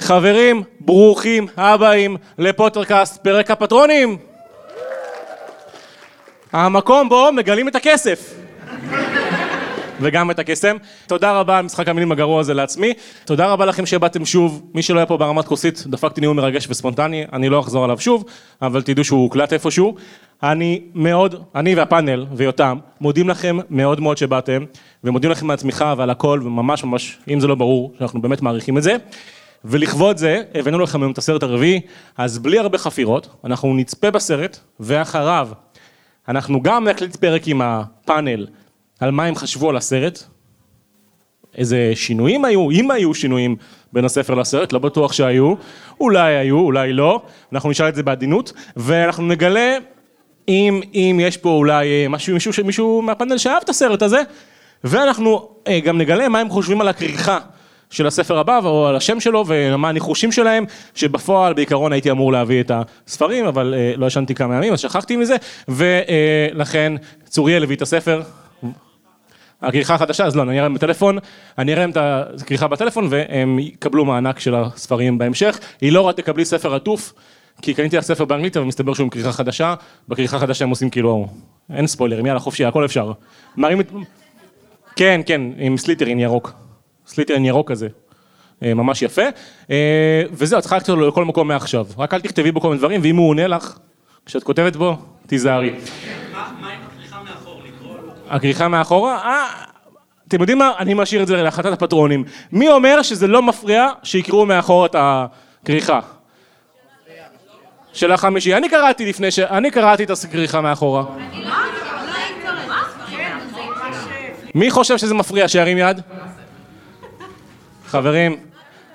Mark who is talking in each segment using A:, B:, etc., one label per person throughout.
A: חברים, ברוכים הבאים לפוטרקאסט, פרק הפטרונים! המקום בו מגלים את הכסף. וגם את הקסם. תודה רבה על משחק המילים הגרוע הזה לעצמי. תודה רבה לכם שבאתם שוב. מי שלא היה פה ברמת כוסית, דפקתי נאום מרגש וספונטני, אני לא אחזור עליו שוב, אבל תדעו שהוא הוקלט איפשהו. אני מאוד, אני והפאנל ויותם, מודים לכם מאוד מאוד שבאתם, ומודים לכם על התמיכה ועל הכל, וממש ממש, אם זה לא ברור, שאנחנו באמת מעריכים את זה. ולכבוד זה, הבאנו לכם היום את הסרט הרביעי, אז בלי הרבה חפירות, אנחנו נצפה בסרט, ואחריו, אנחנו גם נקליט פרק עם הפאנל על מה הם חשבו על הסרט, איזה שינויים היו, אם היו שינויים בין הספר לסרט, לא בטוח שהיו, אולי היו, אולי לא, אנחנו נשאל את זה בעדינות, ואנחנו נגלה אם, אם יש פה אולי אה, משהו, מישהו, מישהו מהפאנל שאהב את הסרט הזה, ואנחנו אה, גם נגלה מה הם חושבים על הכריכה של הספר הבא, או על השם שלו, ומה הניחושים שלהם, שבפועל בעיקרון הייתי אמור להביא את הספרים, אבל אה, לא ישנתי כמה ימים, אז שכחתי מזה, ולכן צוריאל הביא את הספר, הכריכה החדשה, אז לא, אני אראה להם בטלפון, אני אראה להם את הכריכה בטלפון והם יקבלו מענק של הספרים בהמשך. היא לא רק תקבלי ספר עטוף, כי קניתי לה ספר באנגלית, אבל מסתבר שהוא עם כריכה חדשה, בכריכה החדשה הם עושים כאילו, אין ספוילרים, יאללה חופשי, הכל אפשר. מרים את... כן, כן, עם סליטרין ירוק. סליטרין ירוק כזה. אה, ממש יפה. אה, וזהו, את צריכה לקרוא לו לכל מקום מעכשיו. רק אל תכתבי בו כל מיני דברים, ואם הוא עונה לך, כשאת כותבת בו, תיזהרי.
B: מה עם הכריכה מאחור לקרוא?
A: הכריכה מאחורה, אה, אתם יודעים מה? אני משאיר את זה להחלטת הפטרונים. מי אומר שזה לא מפריע שיקראו מאחורה את הכריכה? של החמישי. אני קראתי לפני ש... אני קראתי את הכריכה מאחורה. מי חושב שזה מפריע? שירים יד. חברים,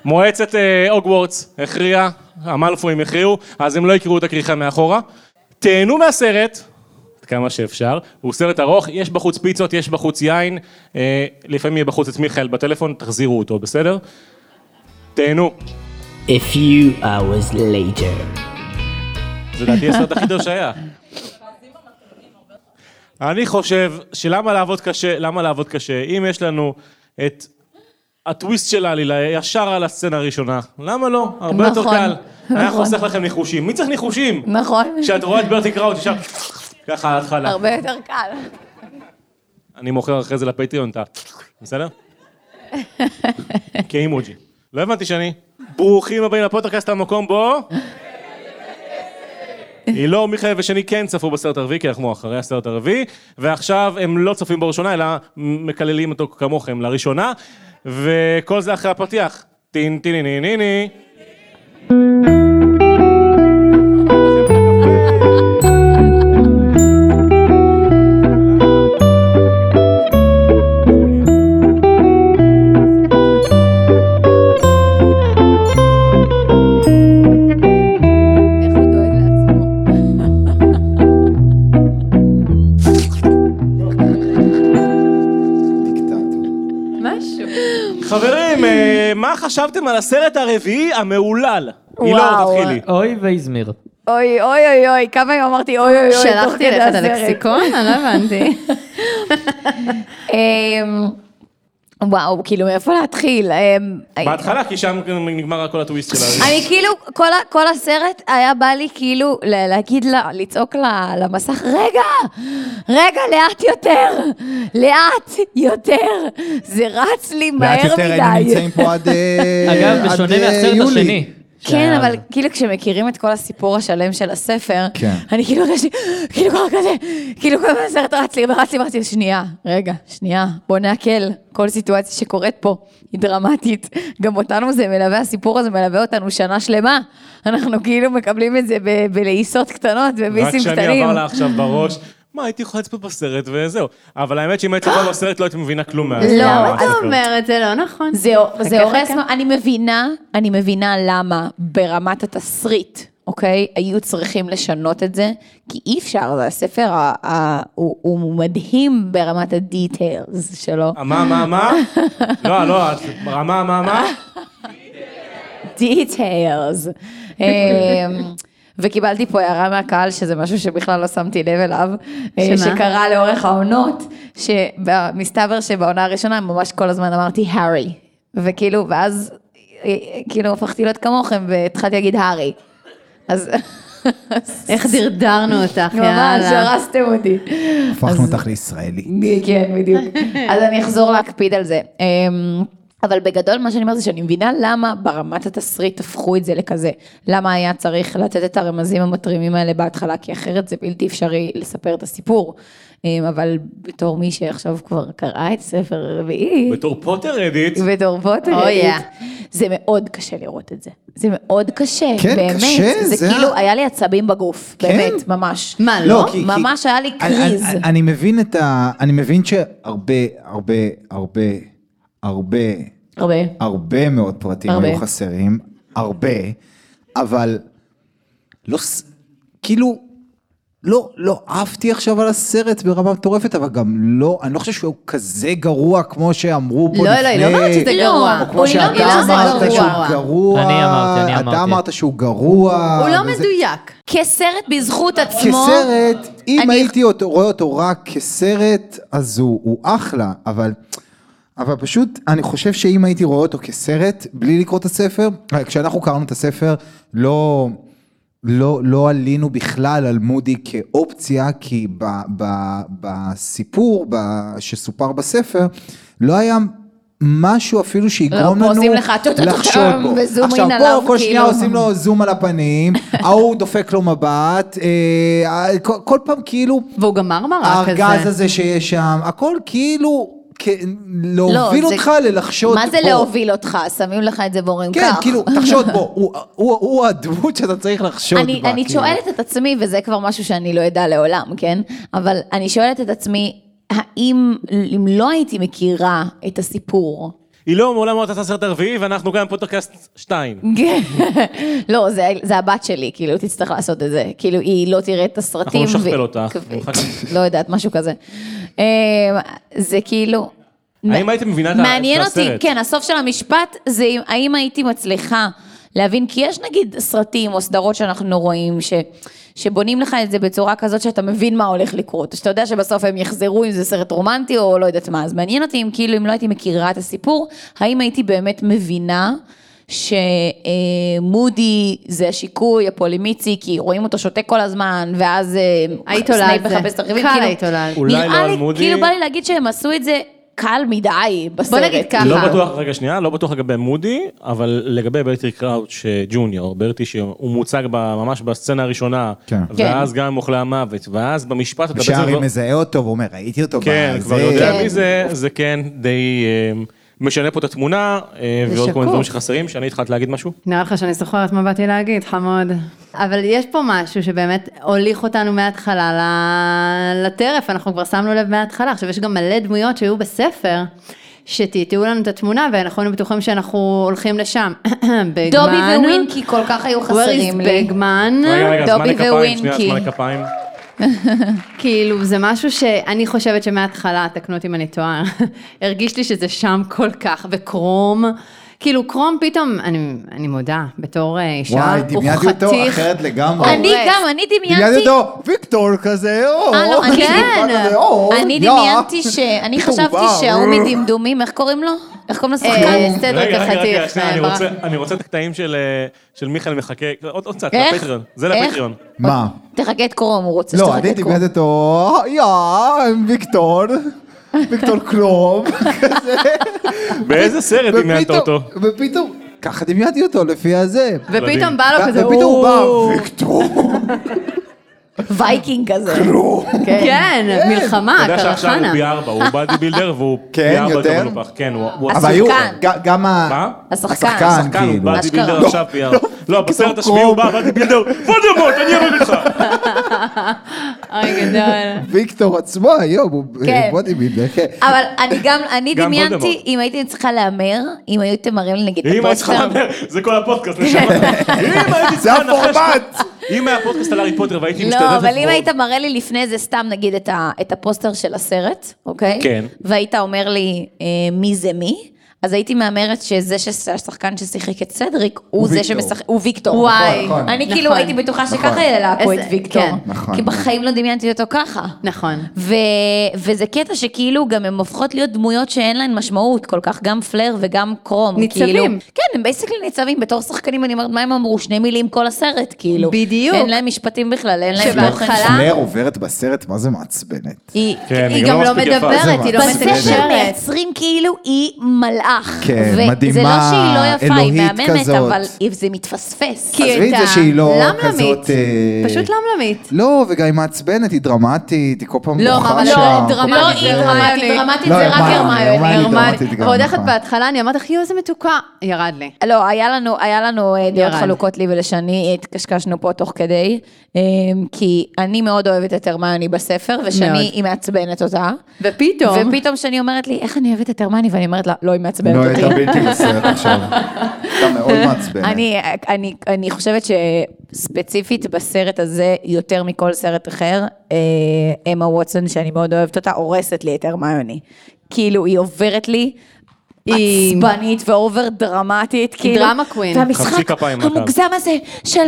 A: מועצת אה, הוגוורטס הכריעה, המלפואים הכריעו, אז הם לא יקראו את הכריכה מאחורה. תהנו מהסרט, כמה שאפשר. הוא סרט ארוך, יש בחוץ פיצות, יש בחוץ יין, אה, לפעמים יהיה בחוץ את מיכאל בטלפון, תחזירו אותו, בסדר? תהנו.
C: A few hours later.
A: זה לדעתי הסרט הכי טוב שהיה. אני חושב שלמה לעבוד קשה, למה לעבוד קשה, אם יש לנו את הטוויסט של העלילה ישר על הסצנה הראשונה, למה לא? הרבה יותר
D: נכון,
A: קל. היה
D: נכון.
A: חוסך לכם ניחושים. מי צריך ניחושים?
D: נכון?
A: כשאת רואה את ברטי קראוט, ישר ככה על ההתחלה.
D: הרבה יותר קל.
A: אני מוכר אחרי זה לפטריון את ה... בסדר? כאימוג'י. לא הבנתי שאני. ברוכים הבאים לפודקאסט המקום בו... אילור, מיכאל ושני כן צפו בסרט הרביעי, כי אנחנו אחרי הסרט הרביעי, ועכשיו הם לא צופים בראשונה, אלא מקללים אותו כמוכם לראשונה, וכל זה אחרי הפתיח. טין טין ני ני ני.
D: איך הוא דואג לעצמו. משהו.
A: חברים, אה, מה חשבתם על הסרט הרביעי המהולל? אילור,
D: וואו.
A: תתחילי.
E: אוי ואיזמיר.
F: אוי, אוי, אוי, אוי, כמה יום אמרתי אוי, אוי, אוי, תוך
D: שלחתי
F: כדי
D: לך את
F: הסרט.
D: הלקסיקון? אני לא הבנתי.
F: אמ, וואו, כאילו, מאיפה להתחיל? אמ,
A: בהתחלה, כי שם נגמר כל הטוויסט של הרביעי.
F: אני כאילו, כל ה- כל הסרט היה בא לי כאילו ל- להגיד לה, לצעוק לה- למסך, רגע, רגע, לאט יותר, לאט יותר, זה רץ לי מהר
G: לאט
F: מדי.
G: יותר היינו נמצאים פה עד אה,
E: אגב,
G: עד,
E: בשונה
G: אה,
E: מהסרט
G: יולי.
E: השני.
F: כן,
E: שה-
F: אבל כאילו כשמכירים את כל הסיפור השלם של הספר,
G: כן.
F: אני כאילו הרגשתי, כאילו כל כזה, כאילו כל הזמן הסרט רץ לי ורץ לי ורץ לי, שנייה, רגע, שנייה, בוא נעכל, כל סיטואציה שקורית פה היא דרמטית. גם אותנו זה מלווה, הסיפור הזה מלווה אותנו שנה שלמה. אנחנו כאילו מקבלים את זה ב- בלעיסות קטנות,
A: רק
F: בביסים
A: שאני
F: קטנים.
A: עבר לה עכשיו בראש, מה, הייתי יכולה לצפות בסרט וזהו. אבל האמת שאם היית צופה בסרט לא היית מבינה כלום מה...
D: למה
A: מה-
D: אתה אומר את זה? לא נכון.
F: זה, זה
D: חכה,
F: הורס,
D: חכה.
F: מה- אני מבינה, אני מבינה למה ברמת התסריט, אוקיי, היו צריכים לשנות את זה, כי אי אפשר, זה הספר, ה, ה, הוא, הוא מדהים ברמת הדיטיילס שלו.
A: אה, מה, מה, מה? לא, לא, את... מה, מה, מה?
F: דיטיילס. אמ, וקיבלתי פה הערה מהקהל, שזה משהו שבכלל לא שמתי לב אליו, אה,
D: שמה?
F: שקרה לאורך העונות, שמסתבר שבעונה הראשונה ממש כל הזמן אמרתי הארי, וכאילו, ואז אה, כאילו הפכתי להיות כמוכם והתחלתי להגיד הארי. אז
D: איך דרדרנו אותך,
F: ממש
D: יאללה.
F: הרסתם אותי.
G: הפכנו אותך לישראלי.
F: כן, בדיוק. אז אני אחזור להקפיד על זה. אמ, אבל בגדול מה שאני אומרת זה שאני מבינה למה ברמת התסריט הפכו את זה לכזה. למה היה צריך לתת את הרמזים המתרימים האלה בהתחלה, כי אחרת זה בלתי אפשרי לספר את הסיפור. אמ, אבל בתור מי שעכשיו כבר קראה את ספר הרביעי,
A: בתור פוטר אדיט,
F: בתור
D: Oh,
F: פוטרית,
D: yeah.
F: זה מאוד קשה לראות את זה. זה מאוד קשה,
G: כן,
F: באמת.
G: קשה,
F: זה
G: זה
F: כאילו,
G: ה-
F: היה לי עצבים בגוף,
G: כן.
F: באמת, ממש.
D: מה, לא?
G: כי- כי-
F: ממש היה לי
G: אני- אני-
F: קריז.
G: אני- אני מבין את ה... אני מבין שהרבה, הרבה, הרבה, הרבה...
F: הרבה.
G: הרבה מאוד פרטים
F: הרבה.
G: הרבה. היו חסרים, הרבה, אבל לא, ס- כאילו, לא, לא עפתי עכשיו על הסרט ברמה מטורפת, אבל גם לא, אני לא חושב שהוא כזה גרוע כמו שאמרו פה
D: לא,
G: לפני.
D: לא, היא לא אמרת שזה
F: לא,
D: גרוע.
G: או כמו
F: היא לא
G: שאתה
F: אומרת שזה
G: אמרת
F: גרוע.
G: שהוא גרוע,
E: אני אמרתי, אני
G: אתה
E: אמרתי.
G: אמרת שהוא גרוע.
D: הוא לא
G: וזה-
D: מדויק.
F: כסרט בזכות עצמו.
G: כסרט, אם
F: אני-
G: הייתי אותו- רואה אותו רק כסרט, אז הוא, הוא אחלה, אבל, אבל פשוט, אני חושב שאם הייתי רואה אותו כסרט, בלי לקרוא את הספר, אה, כשאנחנו קראנו את הספר, לא, לא, לא עלינו בכלל על מודי כאופציה, כי ב, ב, בסיפור ב, שסופר בספר, לא היה... משהו אפילו שיגרום
F: לא, פה
G: לנו
F: עושים לך טו-טו-טו-טו,
G: לחשוד בו.
F: וזום אין
G: עכשיו
F: עליו,
G: פה כל שנייה
F: כאילו.
G: עושים לו לו זום על הפנים, ההוא דופק לו מבט, אה, אה, כל- כל פעם כאילו,
D: והוא גם מרמרה כזה.
G: הארגז הזה שיש שם, הכל כאילו, כ- להוביל
F: לא, זה-
G: אותך ללחשוד בו.
F: מה זה להוביל אותך? שמים לך את זה ואומרים כך.
G: כן, כאילו, תחשוד בו, הוא- הוא- הוא הדמות שאתה צריך לחשוד
F: אני,
G: בה.
F: אני
G: כאילו.
F: שואלת את עצמי, וזה כבר משהו שאני לא אדע לעולם, כן? אבל אני שואלת את עצמי, האם, אם לא הייתי מכירה את הסיפור,
A: היא לא מעולם לא ראתה את הסרט הרביעי, ואנחנו גם פודקאסט 2.
F: כן. לא, זה, זה הבת שלי, כאילו, תצטרך לעשות את זה. כאילו, היא לא תראה את הסרטים.
A: אנחנו לא נשכפל
F: ו-
A: אותך.
F: ו- לא יודעת, משהו כזה. אמ, זה כאילו...
A: האם היית מבינה את ה- את
F: מעניין אותי,
A: הסרט?
F: כן, הסוף של המשפט זה אם- האם הייתי מצליחה להבין, כי יש נגיד סרטים או סדרות שאנחנו רואים, ש, שבונים לך את זה בצורה כזאת שאתה מבין מה הולך לקרות, שאתה יודע שבסוף הם יחזרו, אם זה סרט רומנטי או לא יודעת מה, אז מעניין אותי אם כאילו, אם לא הייתי מכירה את הסיפור, האם הייתי באמת מבינה שמודי זה השיקוי הפולימיצי, כי רואים אותו שותק כל הזמן, ואז אה,
D: היית עולה על
F: סנייפ
D: זה.
F: מחפש את הרכיבים,
D: קל
F: כאילו-
D: היית עולה על זה.
A: אולי לא
F: נראה
A: על
F: לי,
A: מודי.
F: כאילו בא לי להגיד שהם עשו את זה קל מדי בסרט.
D: בוא נגיד ככה.
A: לא בטוח, רגע שנייה, לא בטוח לגבי מודי, אבל לגבי ברטי קראוץ' אה, ג'וניור, ברטי שהוא מוצג ב- ממש בסצנה הראשונה,
G: כן.
A: ואז גם עם אוכלי המוות, ואז במשפט אתה
G: ושארי
A: כבר-
G: מזהה אותו ואומר, ראיתי אותו.
A: כן,
G: בזה."
A: כבר יודע
F: כן.
A: מי זה, זה כן די אה, משנה פה את התמונה, אה, ועוד
D: זה
A: כל מיני
D: שקוף.
A: דברים שחסרים, שאני התחלת להגיד משהו?
H: נראה לך שאני זוכרת מה באתי להגיד, חמוד.
D: אבל יש פה משהו שבאמת הוליך אותנו מההתחלה ל- לטרף, אנחנו כבר שמנו לב מההתחלה. עכשיו, יש גם מלא דמויות שהיו בספר, שטעטעו לנו את התמונה, ואנחנו היינו בטוחים שאנחנו הולכים לשם. בגמן.
F: דובי וווינקי כל כך היו חסרים
D: Where is
F: לי.
D: בגמן?
A: רגע, רגע, זמן
F: דובי
A: לכפיים, שנייה,
F: ווינקי.
A: זמן לכפיים.
D: כאילו, זה משהו שאני חושבת שמההתחלה, תקנו אותי אם אני טועה, הרגיש לי שזה שם כל כך, וקרום, כאילו, קרום פתאום, אני, אני מודה, בתור אה, אישה,
G: וואי,
D: הוא
G: דמיינתי אותו
D: חתיך.
G: אחרת לגמרי.
F: כן. אני גם, אני
G: דמיינתי
F: דמיינתי...
G: אותו, ויקטור כזה, או.
F: אה, לא, אני-
G: ויקטור כזה, "או, לא.
F: אני
A: לא.
G: יא."
F: דמיינתי ש... אני
G: פתאום
F: חשבתי
G: בא.
F: שההוא מדמדומים, איך קוראים לו? איך קוראים לשחקן?
D: אה, סדרק
A: רגע, רגע, רגע,
D: החתיך.
A: שנייה, אני
D: ברח.
A: רוצה- אני רוצה את הקטעים של, אה, של מיכאל מחכה, עוד עוד קצת,
F: איך?
A: לפטריון, זה
F: איך?
A: לפטריון.
G: מה?
F: תחכה את קורום, הוא רוצה
G: לא,
F: שתחכה
G: אני
F: את קורום.
G: דמיינתי אותו, יא, ויקטור, ויקטור קלום, כזה.
A: באיזה סרט דמיינת
G: ופתאום- אה,
A: אותו?
G: ופתאום, ככה דמיינתי אותו, לפי הזה.
H: ופתאום
A: ילדים.
H: בא לו כזה,
G: ופתאום הוא בא,
H: "או".
G: ויקטור,
F: וייקינג כזה.
D: כן, מלחמה,
A: אתה יודע שעכשיו הוא
D: קרחנה.
A: פי ארבע, הוא בדי בילדר והוא
G: כן,
A: פי ארבע יותר
G: יותר?
A: מנופח. כן, הוא- הוא...
F: אז
G: אבל היו,
F: השחקן.
G: ג- גם ה...
A: מה?
F: השחקן.
A: השחקן, הוא
G: כאילו.
A: בדי בילדר
F: אשכרה.
A: עכשיו פי ארבע. לא, בסרט
G: פתאום
A: השביעי הוא בא
G: קרוב.
A: בדי בילדר, וודמוט, אני אוהב אותך.
D: אוי, גדול.
G: ויקטור עצמו היום, הוא אה,
F: כן.
G: בודי בילדר, כן.
F: אבל אני גם, אני
A: גם
F: דמיינתי,
A: וולדמורט.
F: אם הייתי צריכה להמר, אם הייתם מראים לי נגיד את
A: אם היית צריכה
F: הפוסטר.
A: להמר, זה כל הפודקאסט, נשמה. אם הייתי
G: זה
A: צריכה לנחש...
G: הפורמט.
A: אם היה פודקאסט על הארי פוטר והייתי משתדלת...
F: לא, אבל אם
A: לבחור-
F: היית מראה לי לפני זה סתם נגיד את, ה, את הפוסטר של הסרט, אוקיי?
A: כן.
F: והיית אומר לי אה, מי זה מי, אז הייתי מהמרת שזה שהשחקן ששיחק את סדריק, הוא זה
G: ויקטור.
F: שמשחק, הוא ויקטור.
D: וואי.
G: נכון, נכון.
F: אני כאילו
D: נכון.
F: הייתי בטוחה שככה
G: נכון.
F: ילהקו את
D: איזה-
F: ויקטור.
D: כן.
G: נכון.
F: כי בחיים לא דמיינתי אותו ככה.
D: נכון.
F: ו... וזה קטע שכאילו גם הן הופכות להיות דמויות שאין להן משמעות כל כך, גם פלר וגם קרום.
D: ניצבים.
F: כאילו. כן, הם בייסקלי ניצבים בתור שחקנים, אני אומרת, מה הם אמרו? שני מילים כל הסרט, כאילו.
D: בדיוק.
F: אין להם משפטים בכלל, אין להם תוכן.
D: שבהתחלה-
G: פלר עוברת בסרט, מה זה מעצבנת?
F: היא...
A: כן,
D: היא גם לא
A: מספיק יפה.
D: מדברת, היא לא
G: זה מה-
F: בספר
D: מתקשרת.
F: מייצרים כאילו היא מלאך.
G: כן,
F: זה לא
G: מדהימה,
F: שהיא לא יפה, היא
G: אלוהית
F: מהממת,
G: כזאת.
F: אבל זה מתפספס.
D: כי היא
G: עזבי את
D: הייתה
G: זה שהיא לא
D: למלמית.
G: כזאת, אה,
D: פשוט למלמית.
G: לא, וגם היא מעצבנת, היא דרמטית, היא כל פעם
D: לא,
G: בוכה
D: אבל לא,
G: שם.
D: דרמטית.
F: לא היא
D: הרמיוני.
F: דרמטית, דרמטית
G: לא,
F: זה רק
G: הרמיוני,
F: הרמיוני.
G: הרמיוני. אני
D: גרמנית.
G: דרמטית גם,
D: ועוד איך את
G: נכון.
D: בהתחלה, אני אמרתי לך, יואו, איזה מתוקה. ירד לי.
F: לא, היה לנו, היה לנו אה, דעות
D: ירד.
F: חלוקות לי ולשני, התקשקשנו פה תוך כדי, אה, כי אני מאוד אוהבת את הרמיוני בספר,
D: מאוד.
F: ושני, היא מעצבנת אותה.
D: ופתאום,
F: ופתאום שני אומרת לי, איך אני אוהבת את הרמיוני? ואני אומרת לה, לא, היא
G: נו,
F: מעצבנת
G: הייתה
F: אותי.
G: בלתי בסרט עכשיו. הייתה מאוד מעצבנת.
F: אני, אני, אני חושבת שספציפית בסרט הזה, יותר מכל סרט אחר, אה, אמה ווטסון, שאני מאוד אוהבת אותה, הורסת לי את הרמיוני. כאילו, היא עוברת לי.
D: היא-
F: עצבנית ואובר דרמטית, כאילו.
D: דרמה קווין.
A: חבשי
F: והמשחק
A: כפיים מהקהל.
F: המוגזם הזה של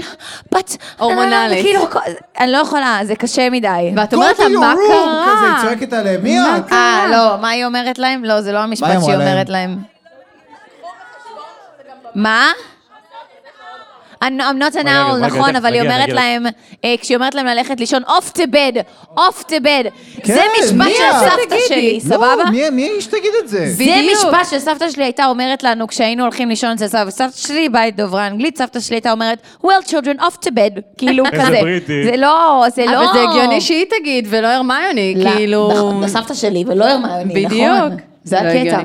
F: בת...
D: הורמונלית.
F: כאילו, הכל- אני לא יכולה, זה קשה מדי.
D: ואת אומרת לה, מה
G: כזה, היא
D: קרה?
G: צועקת עליהם, מי את?
F: אה, לא, מה היא אומרת להם? לא, זה לא
G: מה
F: המשפט
G: היא
F: שהיא
G: אמרה
F: אומרת להם. מה? I'm I'm not an
A: רגע,
F: owl,
A: רגע,
F: נכון,
A: תכף
F: אבל
A: נגיע,
F: היא אומרת
A: נגיע.
F: להם, אה, כשהיא אומרת להם ללכת לישון, off to bed, off to bed. זה
G: כן,
F: משפט
G: מי
F: של
G: את?
F: סבתא שלי, סבבה?
G: לא, מי- מי האיש תגיד את זה?
F: זה משפט שסבתא שלי הייתה אומרת לנו כשהיינו הולכים לישון אצל סבתא. סבתא שלי בית דוברה אנגלית, סבתא שלי הייתה אומרת, well children off to bed, כאילו
A: איזה
F: כזה.
A: בריטי.
F: זה לא, זה לא...
D: אבל זה אה, הגיוני שהיא תגיד, ולא הרמיוני,
F: לא,
D: כאילו...
F: נכון, סבתא שלי ולא הרמיוני, נכון.
D: בדיוק.
F: זה
D: לא
F: הקטע.
D: הגיוני.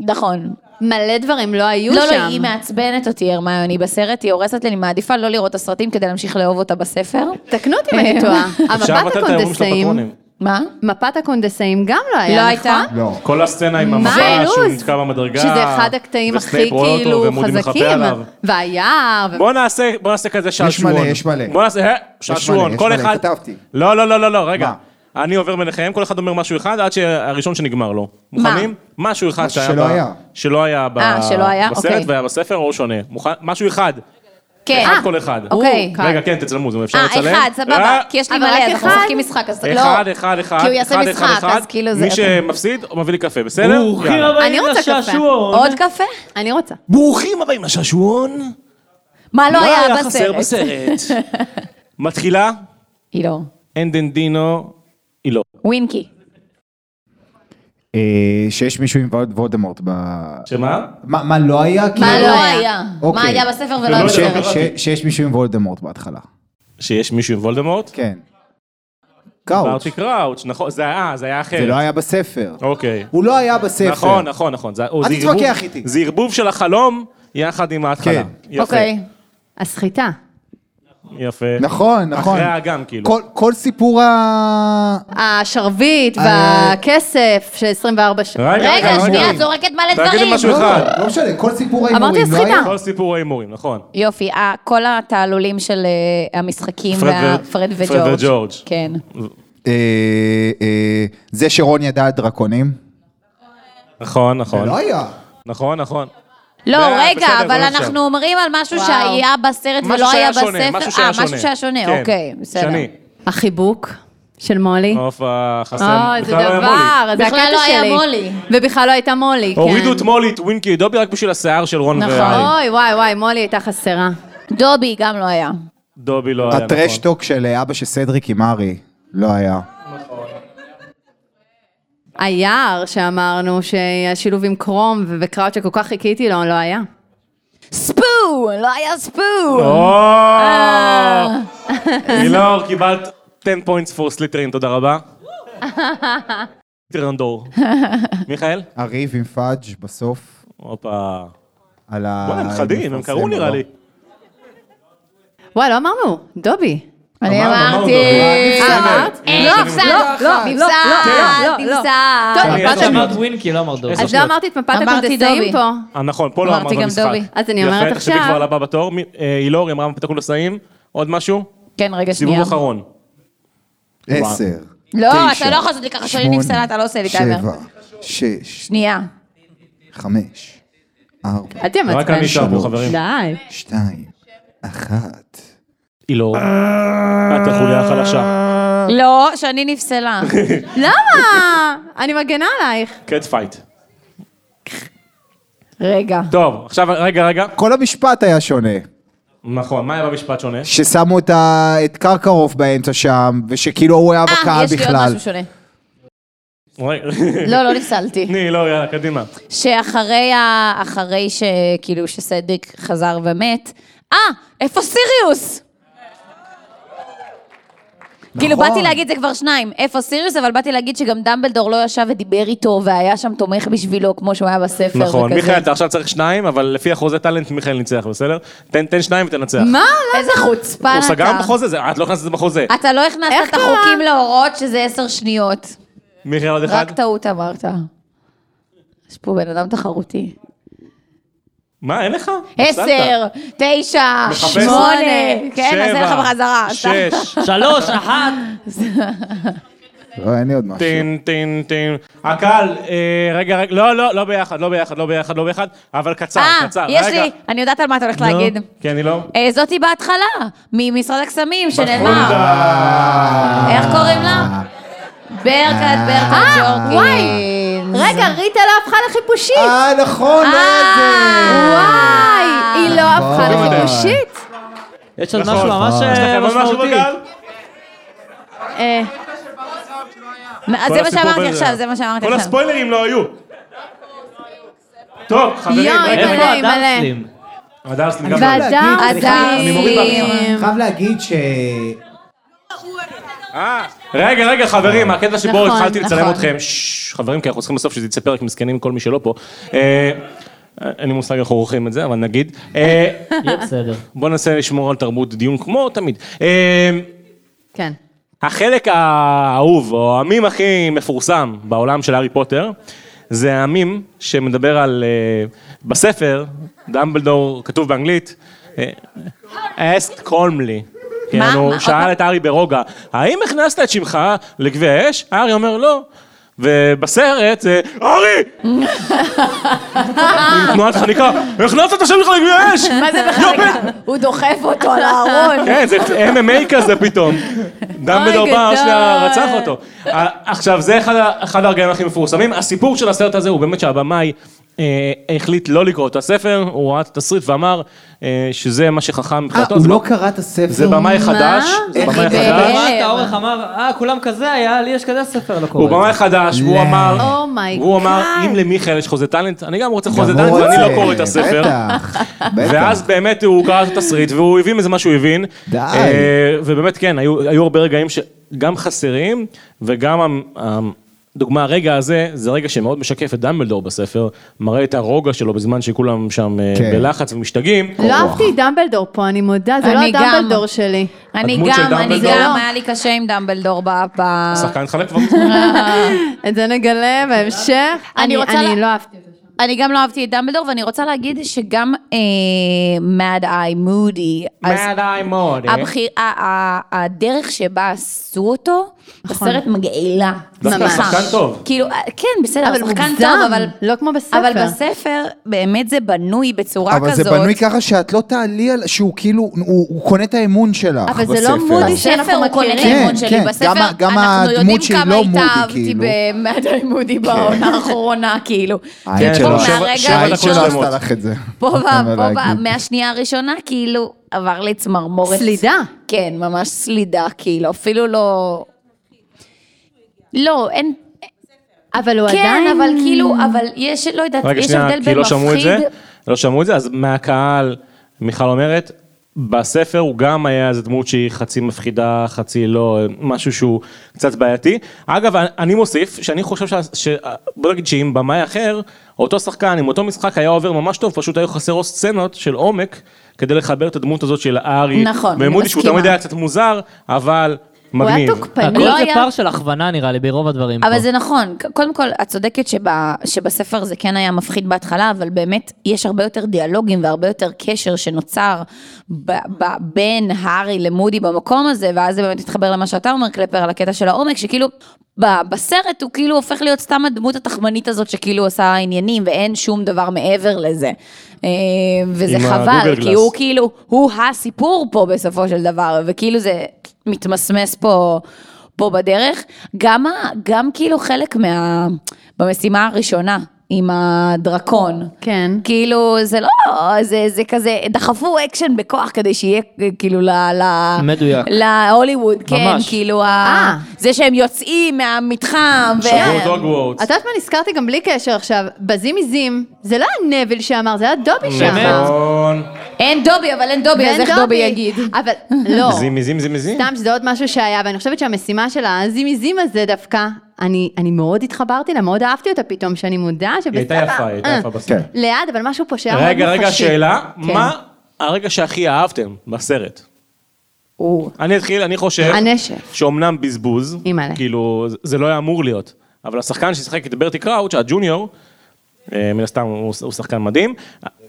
F: נכון.
D: מלא דברים לא היו
F: לא,
D: שם.
F: לא, היא מעצבנת אותי, הרמיוני בסרט, היא הורסת לי, אני מעדיפה לא לראות את הסרטים כדי להמשיך לאהוב אותה בספר.
D: תקנו אותי אם אני טועה.
A: אפשר
D: המפת
A: לבטל את האירועים של
D: הקונדסאים,
A: הפטרונים.
F: מה?
D: מפת הקונדסאים גם לא היה,
F: לא
D: נכון?
F: הייתה.
G: לא.
A: כל הסצנה עם המפה, שהוא
D: ולוז?
A: נתקע במדרגה.
D: שזה אחד הקטעים הכי
A: וסנייפ רואה אותו,
D: כאילו
A: ומודי מחפה
D: חזקים.
A: עליו.
D: והיער, ו-
A: בוא נעשה, בוא נעשה כזה שעשועון.
G: מלא, יש מלא.
A: בוא נעשה, אה, שעשועון,
G: יש
A: כל
G: מלא,
A: אחד...
G: כתבתי.
A: לא, לא, לא, לא, לא, רגע. אני עובר ביניכם, כל אחד אומר משהו אחד, עד שהראשון שנגמר לו. מוכנים? משהו אחד
G: משהו
A: שהיה
G: שלא
A: ב-
G: היה.
A: שלא היה ב-
F: אה, שלא היה?
A: בסרט
F: אוקיי.
A: והיה בספר, או שונה. מוכן? משהו אחד.
F: כן.
A: אחד כל אחד.
F: אוקיי.
A: רגע, כן, תצלמו, זה אפשר
F: אה,
A: לצלם.
F: אחד, סבבה,
A: אה,
F: כי יש לי
D: אבל
F: מלא,
D: רק
F: אז אנחנו
D: אחד?
F: משחקים משחק, אז לא.
A: אחד, אחד, אחד.
F: כי הוא יעשה
A: אחד,
F: משחק,
A: אחד, אחד.
F: אז כאילו זה...
A: מי שמפסיד, הוא מביא לי קפה, בסדר?
E: ברוכים
A: יאללה.
E: הבאים
D: אני רוצה קפה.
E: לשעשועון.
F: עוד קפה?
D: אני רוצה.
A: ברוכים הבאים לשעשועון.
F: מה לא
A: מה
F: היה
A: היה חסר
F: בסרט?
A: בסרט? מתחילה,
F: היא לא.
A: אנדנדינו, היא לא.
F: ווינקי.
G: אה, שיש מישהו עם ווד- וולדמורט ב...
A: שמה?
G: מה מה לא היה?
F: מה
G: כאילו?
F: לא היה? מה
G: אוקיי.
F: היה בספר ולא
A: לא
F: היה
A: יודע.
G: ש-
F: בסרט?
G: ש- שיש מישהו עם וולדמורט בהתחלה.
A: שיש מישהו עם וולדמורט?
G: כן. קאוץ'.
A: בארטי קראוץ', נכון, זה היה, זה היה אחר.
G: זה לא היה בספר.
A: אוקיי.
G: הוא לא היה בספר.
A: נכון, נכון, נכון. זה- זה
G: תתווכח
A: ערבוב-
G: איתי.
A: זה ערבוב של החלום יחד עם ההתחלה.
G: כן.
A: יפה,
F: אוקיי.
D: הסחיטה.
A: יפה.
G: נכון, נכון.
A: אחרי האגם, כאילו.
G: כל- כל סיפור ה...
D: השרביט
G: אה,
D: והכסף של 24 שעות.
A: רגע,
F: רגע,
A: רגע.
F: שנייה, את זורקת מלא
A: תגידי
F: דברים.
A: לא. משהו
G: לא,
A: אחד.
G: לא משנה, כל סיפור
D: אמרתי
G: ההימורים לא
D: הסחיטה.
G: היה.
A: כל סיפור ההימורים, נכון.
F: יופי, אה, כל התעלולים של אה, המשחקים,
A: פרד
F: וה-
A: ו-
F: פרד
A: פרד
F: וג'ורג'.
A: וג'ורג'.
F: כן.
G: אה, אה, זה שרון ידע את דרקונים?
A: נכון,
G: זה
A: נכון.
G: לא היה.
A: נכון, נכון.
F: לא,
A: זה היה
F: רגע,
A: בסדר,
F: אבל
A: זה לא שם.
F: אנחנו אומרים על משהו
D: וואו.
F: שהיה בסרט
A: משהו
F: ולא
A: שהיה
F: היה בספר.
A: שונה, משהו שהיה
F: אה,
A: שונה.
F: משהו שהיה שונה,
A: כן.
F: אוקיי, בסדר.
A: שני.
D: החיבוק של מולי.
A: הופה, חסם.
D: אה, איזה
A: בכלל לא היה מולי.
D: דבר, זה
F: בכלל
D: הקטע
F: לא היה
D: שלי.
F: מולי.
D: ובכלל לא הייתה מולי, כן.
A: הורידו את מולי, את ווינקי דובי, רק בשביל השיער של רון
F: נכון.
A: והארי.
D: אוי, וואי, וואי, מולי הייתה חסרה.
F: דובי גם לא היה.
A: דובי לא היה, נכון.
G: הטרשטוק של אבא של סדריק עם ארי, לא היה.
D: היער שאמרנו, שהשילוב עם קרום ובקראוט שכל כך חיכיתי לו, לא היה.
F: ספו! לא היה ספו!
A: או! גילאור, קיבלת 10 points for סליטרין, תודה רבה. טרנדור. מיכאל?
G: הריב עם פאג' בסוף,
A: הופה.
G: על ה...
A: בוא'נה, הם חדים, הם
G: מפרסם,
A: קראו נראה
G: לא?
A: לי.
D: וואי, לא אמרנו, דובי.
F: אני
A: אמרנו, אמרנו,
F: אמרתי...
A: דובי.
D: אה, אמרת?
F: לא, נפסד, נפסד, נפסד.
D: טוב,
E: אני
D: מפת
E: לא
D: המ-
E: אמרת ווינקי, לא אמרת דוב.
A: עשר
D: אז לא
A: שניות.
D: אמרתי את מפת
F: אמרתי דובי.
D: הקונדסאים פה.
A: אה, נכון, פה לא
F: אמרתי
A: אמרנו
F: גם
A: במשחק.
F: דובי.
D: אז אני
A: יפה,
D: אומרת
A: תחשבי
D: עכשיו.
A: כבר על הבא בתור. מי- אה, אילור, היא אמרה מפתח קונדסאים. עוד משהו?
F: כן, רגע,
A: סיבוב
F: שנייה.
A: אחרון.
G: עשר.
F: לא,
G: תשע,
D: לא
F: אתה לא יכול לעשות לי ככה, שאני נפסלה, אתה לא עושה לי טיימר.
G: שבע, שש,
F: שנייה.
G: חמש, ארבע,
D: אל תהיה
A: רק
D: מעצבן.
A: אני שם פה, חברים.
D: די.
G: שתיים, אחת.
A: היא לא. את החוליה החלשה.
F: לא, שאני נפסלה.
D: למה? אני מגנה עלייך.
A: קט פייט.
F: רגע.
A: טוב, עכשיו, רגע, רגע.
G: כל המשפט היה שונה.
A: נכון, מה היה במשפט שונה?
G: ששמו את, ה... את קרקרוף באמצע שם, ושכאילו הוא היה
F: אה,
G: בקהל
F: יש לי עוד
G: בכלל.
F: משהו שונה.
A: רגע.
F: לא, לא נפסלתי.
A: תני, לא, יאללה, קדימה.
F: שאחרי ה... אחרי שכאילו שסדריק חזר ומת, אה, איפה סיריוס? כאילו
A: נכון.
F: באתי להגיד זה כבר שניים, איפה סיריוס, אבל באתי להגיד שגם דמבלדור לא ישב ודיבר איתו והיה שם תומך בשבילו כמו שהוא היה בספר.
A: נכון,
F: וכזה.
A: מיכאל, אתה עכשיו צריך שניים, אבל לפי החוזה טאלנט, מיכאל ניצח, בסדר? תן תן שניים ותנצח.
D: מה?
F: איזה חוצפן
A: הוא
F: אתה.
A: סגר בחוזה, זה- את לא הכנסת את זה בחוזה.
F: אתה לא הכנסת
D: איך
F: את החוקים להוראות שזה עשר שניות.
A: מיכאל עוד אחד?
F: רק טעות אמרת. יש פה בן אדם תחרותי.
A: מה, אין לך? הפסדת.
F: עשר, תשע,
A: מחפש?
F: שמונה, כן, אז אין לך
A: שבע,
F: בחזרה. סתם.
A: שש,
C: שלוש, אחת.
G: לא, אין לי עוד משהו.
A: טין, טין, טין. הקהל, אה, רגע, רגע, לא, לא, לא ביחד, לא ביחד, לא ביחד, לא ביחד, אבל קצר, קצר.
F: אה, יש
A: רגע.
F: לי, אני יודעת על מה אתה הולך
A: נו,
F: להגיד.
A: כי אני לא...
F: אה, זאתי בהתחלה, ממשרד הקסמים, שנאמר.
A: הולדה.
F: אה, איך קוראים לה? ברקת, ברקת ג'ורקין.
D: רגע, ריטה לא הפכה לחיפושית.
G: אה, נכון,
F: לא
G: היה זה.
D: וואי, היא לא הפכה
G: נכון.
D: לחיפושית.
C: יש עוד
A: נכון.
C: משהו ממש
A: יש
C: אה,
A: לכם עוד משהו
C: משמעותי.
A: בקהל?
F: אה. מה,
A: כל
F: זה מה
A: הסיפור
F: שאמרתי
A: בזה.
F: עכשיו, זה מה שאמרתי
A: כל
F: עכשיו.
A: הספוילרים לא היו. טוב, חברים,
D: יואי,
A: רגע,
D: מלא,
A: רגע.
C: איפה הדרסלים?
A: הדרסלים גם לא היו.
D: ואדם
G: להגיד,
F: סליחה, אני מוריד
D: סליחה.
G: חייב להגיד ש...
A: אה, רגע, רגע, חברים, הקטע שבו
D: נכון,
A: התחלתי לצלם
D: נכון.
A: אתכם, ששש, חברים, כי אנחנו צריכים בסוף שזה יצא פרק מסכנים, כל מי שלא פה. אה, אין לי מושג איך עורכים את זה, אבל נגיד. אה,
C: יהיה בסדר.
A: בואו ננסה לשמור על תרבות דיון כמו תמיד. אה,
D: כן.
A: החלק האהוב, או המים הכי מפורסם בעולם של הארי פוטר, זה המים שמדבר על... אה, בספר, דמבלדור, כתוב באנגלית, אסט קולמלי.
F: מה?
A: כן, הוא
F: מה?
A: שאל את הארי ברוגע, האם הכנסת את שמך לגבי האש? הארי אומר לא. ובסרט זה, הארי! עם תנועת חניקה, הכנסת את השם שלך לגבי האש!
F: מה זה בחלק? הוא דוחף אותו על הארון.
A: כן, זה MMA כזה פתאום. דמבלדור
D: אוי,
A: בא,
D: גדול.
A: שנייה, רצח אותו. אה, עכשיו, זה אחד ה- אחד הרגעים הכי מפורסמים. הסיפור של הסרט הזה הוא באמת שהבמאי אה, החליט לא לקרוא את הספר, הוא ראה את התסריט ואמר אה, שזה מה שחכם
G: אה,
A: מבחינתו.
G: הוא
A: זה
G: לא
A: ב-
G: קרא את הספר.
A: זה במאי חדש, זה
D: איך
A: במאי
D: היא
A: חדש.
D: בהלם?
C: אמרת, האורך אמר, אה, כולם כזה היה, לי יש כזה ספר, לא קורה.
A: הוא במאי חדש, והוא
G: לא.
A: אמר,
D: אומייגאד.
A: הוא אמר, אם למיכאל יש חוזה טאלנט, אני גם רוצה חוזה
G: גם
A: טאלנט
G: הוא
A: ואני
G: רוצה.
A: לא קורא את הספר.
G: בטח, בטח.
A: ואז באמת הוא קרא את התסריט, והוא הבין איזה מה שהוא הבין.
G: די.
A: אה, ובאמת, כן, היו, היו הרבה רגעים שגם חסרים, וגם המ- המ- דוגמה, הרגע הזה, זה רגע שמאוד משקף את דמבלדור בספר, מראה את הרוגע שלו בזמן שכולם שם אה,
G: כן.
A: בלחץ ומשתגעים.
D: לא אהבתי את דמבלדור פה, אני מודה, זה לא
F: אני גם.
D: הדמבלדור שלי.
F: אני
A: הדמות של
F: גם, אני
A: דמבלדור?
F: גם,
D: לא.
F: היה לי קשה עם דמבלדור ב... ב-
A: השחקן התחלק כבר.
D: את זה נגלה בהמשך.
F: אני
D: אני
F: רוצה לה-
D: אני לא אהבתי את זה.
F: אני גם לא אהבתי את דמבלדור, ואני רוצה להגיד שגם אה, מד איי מודי,
A: די מאוד.
F: הדרך שבה עשו אותו,
D: נכון.
F: בסרט מגעילה.
A: דווקא
F: ממש.
A: שחקן טוב.
F: כאילו, אה, כן, בסדר,
D: אבל
F: שחקן
D: מוגזם,
F: טוב, אבל...
D: לא כמו בספר.
F: אבל בספר, באמת זה בנוי בצורה כזאת.
G: אבל זה בנוי ככה שאת לא תעלי על... שהוא כאילו, הוא הוא קונה את האמון שלך
D: אבל
G: בספר.
D: זה לא מודי ש-
F: בספר
D: שאנחנו
F: הוא קונה
D: מכירים.
F: לימון שלי,
G: כן,
F: בספר
G: גם ה- גם
F: אנחנו יודעים
G: הדמות שהיא
F: כמה
G: לא
F: התאהבתי
G: מודי, כן.
F: במדי מודי בעונה האחרונה, כאילו.
G: העין
A: כן,
G: שלו-
A: פה
F: מהרגע
G: העין
A: הראשון.
G: שלו עשתה לך את זה.
F: פה ב-
G: אין מה
F: פה ב-
G: להגיד.
F: מהשנייה הראשונה, כאילו, עבר לי צמרמורת.
D: סלידה.
F: כן, ממש סלידה, כאילו, אפילו לא... לא, אין...
D: אבל הוא עדיין...
F: כן, אבל כאילו, אבל יש, לא יודעת,
A: רגע,
F: יש
A: שנייה,
F: הבדל
A: כי
F: בין
A: לא שמעו את זה.
F: מפחיד...
A: לא שמעו את זה, אז מהקהל, מיכל אומרת, בספר הוא גם היה איזה דמות שהיא חצי מפחידה, חצי לא, משהו שהוא קצת בעייתי. אגב, אני מוסיף, שאני חושב ש... ש... בוא נגיד שאם במאי אחר, אותו שחקן עם אותו משחק היה עובר ממש טוב, פשוט היו חסרות סצנות של עומק, כדי לחבר את הדמות הזאת של הארי.
F: נכון, אני
A: ומודי, שהוא
F: מסכימה.
A: תמיד היה קצת מוזר, אבל
D: הוא
A: מגניב.
D: היה תוקפני.
F: לא
C: הכל זה
F: היה-
C: פער של הכוונה נראה לי, ברוב הדברים. פה.
F: אבל זה נכון, ק- קודם כל, את צודקת שב- שבספר זה כן היה מפחיד בהתחלה, אבל באמת יש הרבה יותר דיאלוגים והרבה יותר קשר שנוצר ב- ב- בין הארי למודי במקום הזה, ואז זה באמת מתחבר למה שאתה אומר, קלפר, על הקטע של העומק, שכאילו, ב- בסרט הוא כאילו הופך להיות סתם הדמות התחמנית הזאת שכאילו עושה עניינים ואין שום דבר מעבר לזה. אה, וזה
A: עם
F: חבל,
A: הגוגל
F: כי
A: גלאס.
F: הוא כאילו, הוא הסיפור פה בסופו של דבר, וכאילו זה מתמסמס פה, פה בדרך. גם, ה- גם כאילו חלק מה... במשימה הראשונה. עם הדרקון.
D: כן.
F: כאילו, זה לא, זה, זה כזה, דחפו אקשן בכוח כדי שיהיה אה, כאילו ל... ל-
C: מדויק.
F: להוליווד, כן,
C: ממש.
F: כאילו, ה-
D: אה.
F: זה שהם יוצאים מהמתחם. ו-
A: שבועות הוגוורטס.
D: את יודעת מה נזכרתי גם בלי קשר עכשיו, בזים עזים, זה לא היה נבל שאמר, זה היה דובי שאמר.
C: באמת?
A: נכון.
F: אין דובי, אבל אין דובי, אז
D: ואין
F: איך דובי יגיד?
D: אבל לא,
A: זימי, זימי, זימי, זימי.
D: סתם שזה עוד משהו שהיה, ואני חושבת שהמשימה של הזימיזים הזה דווקא, אני אני מאוד התחברתי לה, מאוד אהבתי אותה פתאום, שאני מודעה
A: היא
D: שבסבבה...
A: הייתה יפה, היא הייתה
D: אה,
A: יפה בסרט.
D: ליד, אבל משהו פה שהיה מאוד מוחשי.
A: רגע, רגע, שאלה,
D: כן.
A: מה הרגע שהכי אהבתם בסרט?
F: הוא.
A: אני אתחיל, אני חושב...
D: הנשף.
A: שאומנם בזבוז,
D: אימא'לה.
A: כאילו, זה- זה לא היה אמור להיות, אבל השחקן ששיחק את ברטי קראוץ', הג'וניור, אה, מן הסתם הוא הוא שחקן מדהים,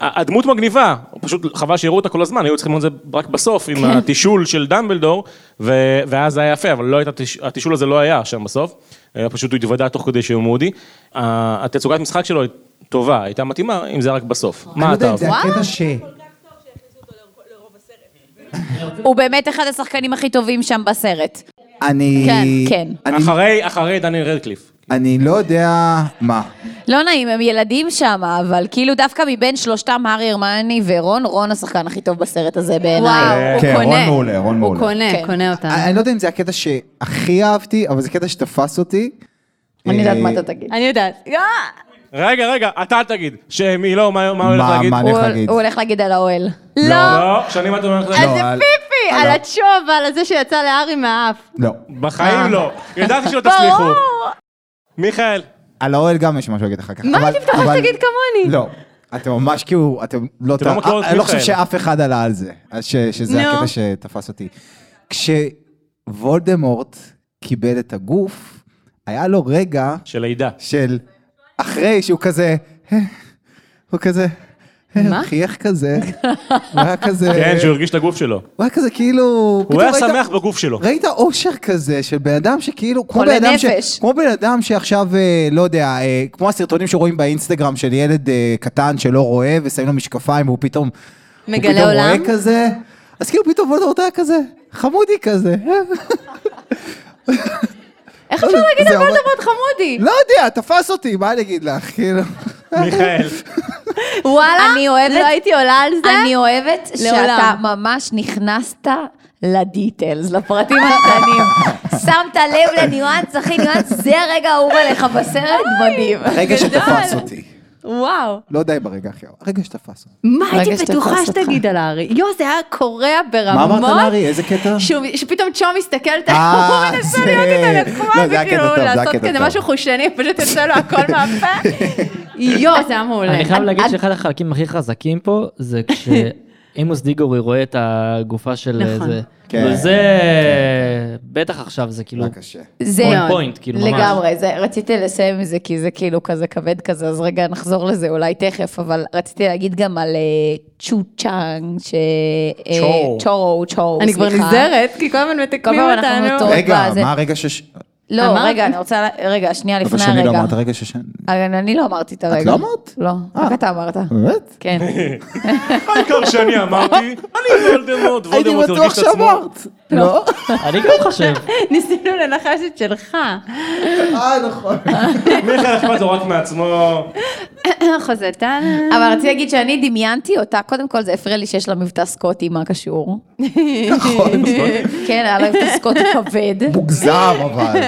A: ה- הדמות מגניבה, פשוט חבל שיראו אותה כל הזמן, היו צריכים לראות את זה רק בסוף,
D: כן.
A: עם התישול של דמבלדור, ו- ואז זה היה יפה, אבל לא הייתה תיש- התישול הזה לא היה שם בסוף, אה, פשוט הוא התוודע תוך כדי שהוא מודי. ה- התצוגת משחק שלו היא טובה, הייתה מתאימה, אם זה רק בסוף. מה אתה אוהב?
G: זה הקטע ש...
F: הוא באמת אחד השחקנים הכי טובים שם בסרט.
G: אני...
F: כן, כן.
G: אני-
A: אחרי, אחרי דניאל רדקליף.
G: אני לא יודע מה.
F: לא נעים, הם ילדים שם, אבל כאילו דווקא מבין שלושתם, הארי, הרמני ורון, רון השחקן הכי טוב בסרט הזה בעיניי.
D: וואו, הוא
G: כן,
D: קונה.
G: רון מעולה, רון
D: הוא
G: מעולה.
D: קונה,
F: כן.
D: קונה אותה.
G: אני לא יודע אם זה הקטע שהכי אהבתי, אבל זה קטע שתפס אותי.
F: אני יודעת מה
G: אה,
F: אתה תגיד.
D: אני יודעת.
A: רגע, רגע, אתה אל תגיד, שמי לא, מה מה הוא הולך
G: מה,
A: להגיד?
G: מה אני הולך
F: הוא-
G: להגיד?
F: הוא הולך להגיד על האוהל.
D: לא,
A: לא, שנים את אומרת
D: על
A: לך,
D: זה
G: על-
D: פיפי, על הצ'וב, על זה שיצא לארי מהאף.
G: לא.
F: אה.
A: בחיים לא. ידעתי שלא תצליחו. מיכאל,
G: על האוהל גם יש משהו להגיד אחר כך.
D: מה
G: אבל-
D: תפתח
G: אבל-
D: שתגיד כמוני?
G: לא. אתם ממש כאילו, אתם לא...
A: אתם לא
G: ת-
A: מכירות
G: אני לא חושב
A: מיכאל.
G: שאף אחד עלה על זה, אז ש- שזה
D: נו.
G: הקטע שתפס אותי. כשוולדמורט קיבל את הגוף, היה לו רגע
A: של לידה.
G: של אחרי שהוא כזה, "אה", הוא כזה, "אה", הוא חייך כזה, הוא היה כזה,
A: כן, שהוא הרגיש את הגוף שלו.
G: הוא היה כזה כאילו,
A: הוא
G: פתאום
A: היה
G: ראית-
A: שמח בגוף שלו.
G: ראית אושר כזה של בן אדם שכאילו, כמו בן
F: חולה
G: אדם, ש,
F: נפש.
G: כמו בן אדם שעכשיו, אה, לא יודע, אה, כמו הסרטונים שרואים באינסטגרם של ילד אה, קטן שלא רואה ושמים לו משקפיים והוא פתאום,
D: מגלה
G: הוא פתאום
D: עולם?
G: רואה כזה, אז כאילו פתאום וולדמורט היה כזה, חמודי כזה.
D: איך אפשר להגיד
G: זה
D: על
G: אומר-
D: וולדמורט חמודי?
G: לא יודע, תפס אותי, מה אני אגיד לך, כאילו.
A: מיכאל,
D: וואלה,
F: אני אוהבת-
D: לא הייתי עולה על זה.
F: אני אוהבת שאתה
D: לעולם.
F: ממש נכנסת לדיטלס, לפרטים הקטנים. שמת לב לניואנס, אחי, ניואנס, זה הרגע האהוב עליך בסרט, מדהים.
G: רגע שתפס אותי.
F: וואו.
G: לא די ברגע אחר, הרגע שתפס אותי.
D: מה
F: רגע
D: הייתי
F: שתפס
D: בטוחה
F: אותך.
D: שתגיד על הארי? יו, זה היה קורע
G: מה
D: ברמות.
G: אמרת לארי? איזה קטע?
D: שהוא- שפתאום צ'ו מסתכלת עליו,
G: אה,
D: הוא מנסה
G: זה-
D: להיות איתה
G: לא,
D: לתחומה,
G: זה היה
D: וכאילו
G: קטע טוב, זה היה
D: לעשות
G: קטע
D: כזה
G: טוב.
D: משהו חושני, פשוט יוצא לו הכל מהפה. יו, זה היה מעולה.
C: אני חייב להגיד
F: אני-
C: שאחד החלקים הכי חזקים פה זה כשעמוס דיגורי רואה את הגופה של אה,
D: נכון.
C: זה.
G: כן.
C: כאילו, זה בטח עכשיו זה כאילו
G: היה קשה.
F: זה
C: on point, כאילו ממש.
F: לגמרי, זה, רציתי לסיים עם זה כי זה כאילו כזה כבד כזה, אז רגע נחזור לזה אולי תכף, אבל רציתי להגיד גם על אה, צ'ו צ'אנג, ש... אה,
A: צ'ו.
F: צ'ו, צ'ו,
D: אני כבר
F: סליחה.
D: נזהרת, כי כל הזמן
F: כל
D: מתקנים
F: פעם אנחנו
D: אותנו.
F: מטורפים.
G: רגע,
F: לא, זה-
G: מה הרגע שש...
F: לא,
D: אמרת?
F: רגע, אני רוצה, לה- רגע, שנייה
G: אבל
F: לפני
G: שאני לא
F: הרגע.
G: אמרת רגע שש...
F: אבל אני לא אמרתי את הרגע.
G: לא אמרת?
F: לא, רק אתה אמרת.
G: באמת?
F: כן.
A: העיקר שאני אמרתי, אני וולדמורט,
G: הייתי
A: וולדמורט
G: בטוח
A: הרגיש את עצמו.
G: שאמרת. לא?
C: אני גם חושב.
D: ניסינו לנחש את שלך.
G: אה, נכון.
A: מיכאל אכפת לו רק מעצמו.
D: חוזתה.
F: אבל רציתי להגיד שאני דמיינתי אותה, קודם כל זה הפריע לי שיש לה מבטא סקוטי, מה קשור?
G: נכון.
F: כן, היה לה מבטא סקוטי כבד.
G: מוגזם אבל.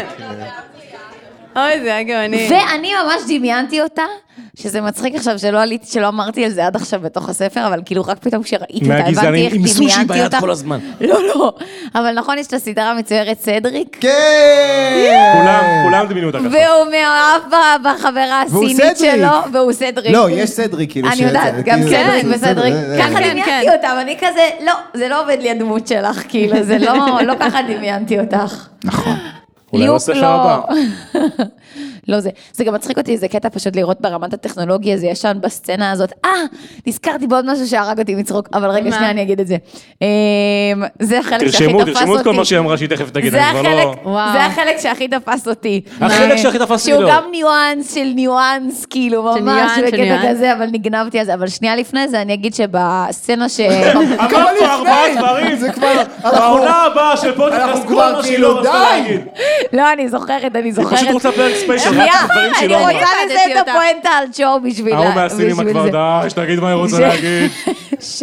D: אוי, זה היה גאוני.
F: ואני ממש דמיינתי אותה, שזה מצחיק עכשיו שלא עליתי, שלא אמרתי על זה עד עכשיו בתוך הספר, אבל כאילו רק פתאום כשראיתי אותה, הבנתי
A: מהגזענים,
F: איך
A: עם סושי
F: דמיינתי
A: ביד
F: אותה.
A: כל הזמן.
F: לא, לא. אבל נכון, יש את הסדרה המצוירת סדריק,
G: כן!
A: כולם, כולם דמיינו אותה ככה.
F: והוא מאוהב ב- בחברה
G: והוא
F: הסינית
G: סדריק.
F: שלו, והוא סדריק.
G: לא, יש סדריק כאילו
F: אני יודעת,
G: שזה-
F: גם
G: כאילו-
F: סדריק וסדריק.
G: זה- זה-
F: ככה
D: כן,
F: דמיינתי
D: כן.
F: אותם, אני כזה, לא, זה לא עובד לי הדמות שלך, כאילו, זה לא, לא ככה דמיינתי אותך.
G: נכון.
A: אולי
F: לא. ליהוק
A: בספר
F: לא.
A: הבא.
F: לא זה. זה גם מצחיק אותי, זה קטע פשוט לראות ברמת הטכנולוגיה, זה ישן בסצנה הזאת. אה, נזכרתי בעוד משהו שהרג אותי מצחוק, אבל רגע,
D: מה?
F: שנייה, אני אגיד את זה. אמ, זה החלק שהכי תפס אותי.
A: תרשמו, תרשמו את כל מה שהיא אמרה שהיא תכף תגיד,
F: זה
A: אני כבר לא...
F: החלק,
D: וואו.
F: זה החלק שהכי תפס אותי.
A: החלק שהכי תפס אותי,
F: שהוא
A: לא.
F: גם ניואנס של ניואנס, כאילו,
D: של
F: ממש
D: ניואנס, של
F: בקטע
D: ניואנס.
F: כזה, אבל נגנבתי על זה. אבל שנייה לפני זה, אני אגיד שבסצנה ש...
A: אמרת כבר ארבעה דברים,
G: זה כבר,
A: העונה הבאה של פודקאסט,
G: אנחנו
A: כל
G: כבר
A: מה שהיא
G: כאילו
A: לא רצתה
G: די.
A: להגיד.
F: לא, אני זוכרת, אני זוכרת.
A: פשוט רוצה פרק ספיישל,
F: שנייה,
A: רק דברים שהיא
F: אני
A: לא אמרה.
F: רוצה לזה את הפואנטה על ג'ו בשביל
A: ההוא
F: ה-
A: מהסינימה
F: בשביל
A: כבר
F: זה.
A: די, שתגיד מה היא רוצה להגיד.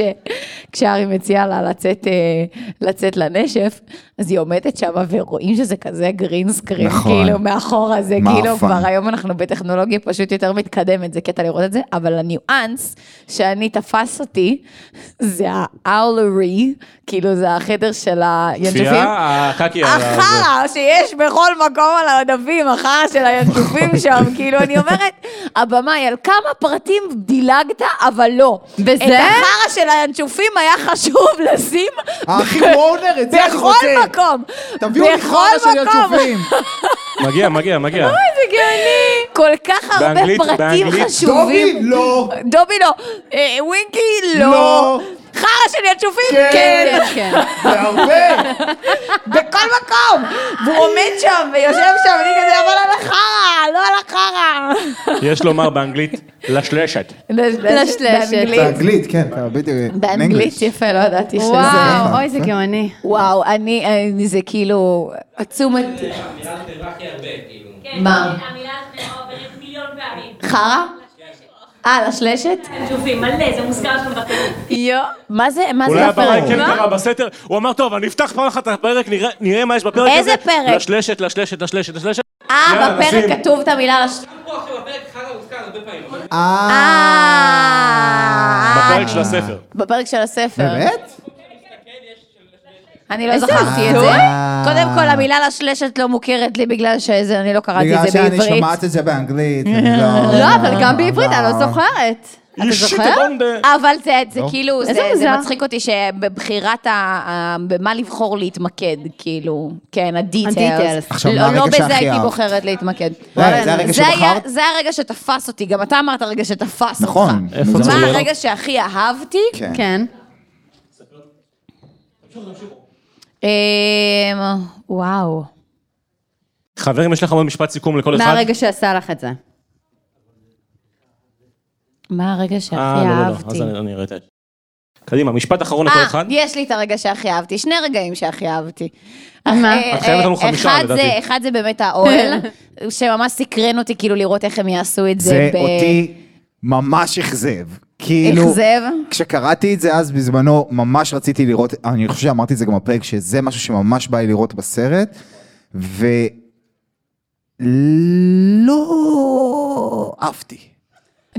F: שכשארי מציע לה לצאת, אה, לצאת לנשף, אז היא עומדת שם ורואים שזה כזה גרינסקרין,
G: נכון.
F: נכון. כאילו מאחורה זה,
G: מה
F: כאילו
G: הפאן?
F: כבר היום אנחנו בטכנולוגיה פשוט יותר מתקדמת, זה קטע לראות את זה, אבל הניואנס שאני תפס אותי, זה האולרי, כאילו זה החדר של הינג'פים.
A: צפייה, הקקי על ה- זה.
F: החרא שיש בכל מקום על העודפים, החרא של הינטופים שם, כאילו, אני אומרת, הבמאי, על כמה פרטים דילגת, אבל לא.
D: וזה?
F: את החרא של הינטופים היה חשוב לשים
G: האחים וורנר, את זה אני
F: בכל
G: רוצה.
F: מקום.
G: תביאו לי
F: בכל
G: חרא של
F: מקום.
G: ינשופים.
A: מגיע, מגיע, מגיע.
F: זה גאוני. כל כך הרבה
A: באנגלית-
F: פרטים
A: באנגלית
G: דובי,
F: חשובים.
G: לא.
F: דובי לא. אה, ווינקי
G: לא.
F: לא. חרא של ינשופים,
G: כן.
F: כן.
D: כן, כן.
G: זה הרבה.
F: בכל מקום! והוא עומד שם ויושב שם, אני כזה, אבל על החרא, לא על החרא.
A: יש לומר באנגלית, לשלשת.
D: לשלשת.
F: באנגלית.
G: באנגלית, כן, כן, בדיוק.
F: באנגלית, יפה, לא ידעתי שזה.
D: וואו, אוי, זה גאוני.
F: וואו, אני, אני- זה כאילו, עצומת,
B: המילה חברה כי הרבה, כאילו.
F: מה?
E: המילה הזאת עוברת מיליון פעמים.
F: חרא? אה, לשלשת?
E: ג'ופים, מלא, זה מוזכר שם בטלפון.
F: יו. מה זה, מה
A: אולי
F: זה
A: הבמאי
F: הפרק?
A: כן קרא בסתר, הוא אמר, טוב, אני אפתח פעם אחת את הפרק, נראה- נראה מה יש בפרק הזה.
F: איזה פרק?
A: לשלשת, לשלשת, לשלשת, לשלשת.
F: אה,
A: יאללה, נשים.
F: בפרק כתוב את המילה לש...
B: גם פה עכשיו בפרק חרא הוזכר הרבה פעמים. נכון?
F: אה...
A: בפרק של הספר.
F: בפרק של הספר.
G: באמת?
F: אני לא
D: איזה
F: זכרתי את זה.
G: הזוי.
F: קודם כל, המילה לשלשת לא מוכרת לי בגלל שזה, אני לא קראתי
G: בגלל
F: את זה
G: שאני
F: בעברית.
G: שומעת את זה באנגלית. אני לא-
D: לא, אבל גם בעברית, אני לא זוכרת. אתה זוכר?
F: אבל זה, זה
G: לא.
F: כאילו, זה,
D: איזה
F: זה
D: מוזר.
F: מצחיק אותי שבבחירת ה... ה- במה לבחור להתמקד, כאילו, כן,
D: ה-details.
F: הדיטיילס.
G: עכשיו,
F: לא,
G: מה הרגע
F: לא
G: שהכי
F: בזה הייתי
G: אהבת?
F: בוחרת להתמקד.
G: רגע, זה הרגע
F: זה היה-
G: שבחרת?
F: זה הרגע שתפס אותי, גם אתה אמרת הרגע שתפס
G: נכון.
F: אותך.
G: איפה
A: זה
F: מה
A: עולה?
F: הרגע שהכי אהבתי?
G: כן.
D: כן.
F: אמ, וואו.
A: חברים, יש לך עוד משפט סיכום לכל אחד?
D: מהרגע שעשה לך את זה.
F: מה הרגע
A: אה,
F: שהכי
A: לא, לא, לא,
F: אהבתי?
A: אז אני- אני ראיתי. קדימה, משפט אחרון לכל
F: אה,
A: אחד.
F: יש לי את הרגע שהכי אהבתי, שני רגעים שהכי אהבתי.
D: מה?
F: אה,
A: את חייבת לנו
F: אה,
A: חמישה,
F: אחד
A: לדעתי.
F: זה- אחד זה באמת האוהל, שממש סקרן אותי כאילו לראות איך הם יעשו את זה.
G: זה
F: ב-
G: אותי ממש אכזב. כאילו,
F: אכזב?
G: כשקראתי את זה אז בזמנו, ממש רציתי לראות, אני חושב שאמרתי את זה גם בפרק, שזה משהו שממש בא לי לראות בסרט, ולא עפתי.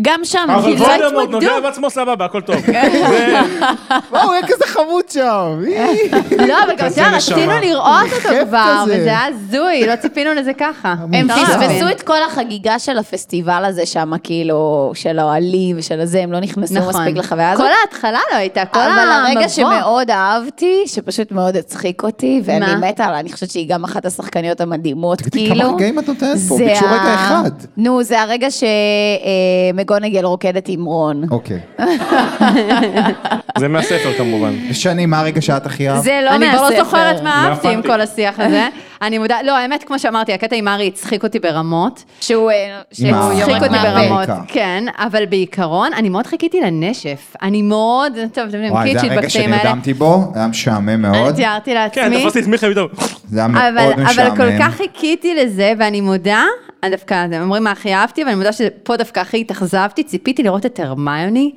F: גם שם,
A: אבל
F: כאילו,
A: וולדמורט נוגע בעצמו סבבה, הכל טוב.
D: כן.
A: זה-
G: וואו, הוא היה כזה חמוד שם. אי,
D: לא, אבל גם
A: כזה
D: זה, רצינו
A: נשמה.
D: לראות
G: כיף
D: אותו כבר,
G: כזה.
D: וזה היה הזוי, לא ציפינו לזה ככה.
F: הם
D: אפשר להבין.
F: פספסו את כל החגיגה של הפסטיבל הזה שם, כאילו, של האוהלים ושל הזה, הם לא נכנסו
D: נכון.
F: מספיק לחוויה הזאת.
D: כל ההתחלה לא הייתה, כל המבוא.
F: אבל הרגע שמאוד אהבתי, שפשוט מאוד הצחיק אותי, ואני
D: מה?
F: מתה עליה, אני חושבת שהיא גם אחת השחקניות המדהימות,
G: תגידי,
F: כאילו.
G: כמה רגעים את נותנת פה?
F: זה
G: ביקשו
F: ה-
G: רגע אחד.
F: נו, זה הרגע שמגונגל רוקדת עם רון.
G: אוקיי.
A: זה מהספר כמובן.
G: שני, מה הרגע שאת הכי אהבת?
F: זה לא
D: אני כבר
F: מהספר.
D: לא זוכרת מה אהבתי עם
A: מהפנטי.
D: כל השיח הזה. אני מודעת, לא, האמת, כמו שאמרתי, הקטע עם ארי הצחיק אותי ברמות.
F: שהוא אה, שהוא
G: עם ה-
F: יורד
D: הצחיק אותי
F: מהפרק.
D: ברמות,
G: בעיקר.
D: כן, אבל בעיקרון, אני מאוד חיכיתי לנשף. אני מאוד, טוב, אתם יודעים,
G: וואי, זה
D: קיצ'ית
G: הרגע
D: בקטעים האלה.
G: שנרדמתי בו, היה משעמם מאוד.
D: אני תיארתי
A: כן,
D: לעצמי.
A: תפסתי את מיכאל פתאום.
G: זה היה
D: אבל,
G: מאוד משעמם.
D: אבל כל כך חיכיתי לזה, ואני מודה, אני דווקא, אתם אומרים מה הכי אהבתי, אבל אני מודה שפה דווקא הכי התאכזבתי, ציפיתי לראות את הרמיוני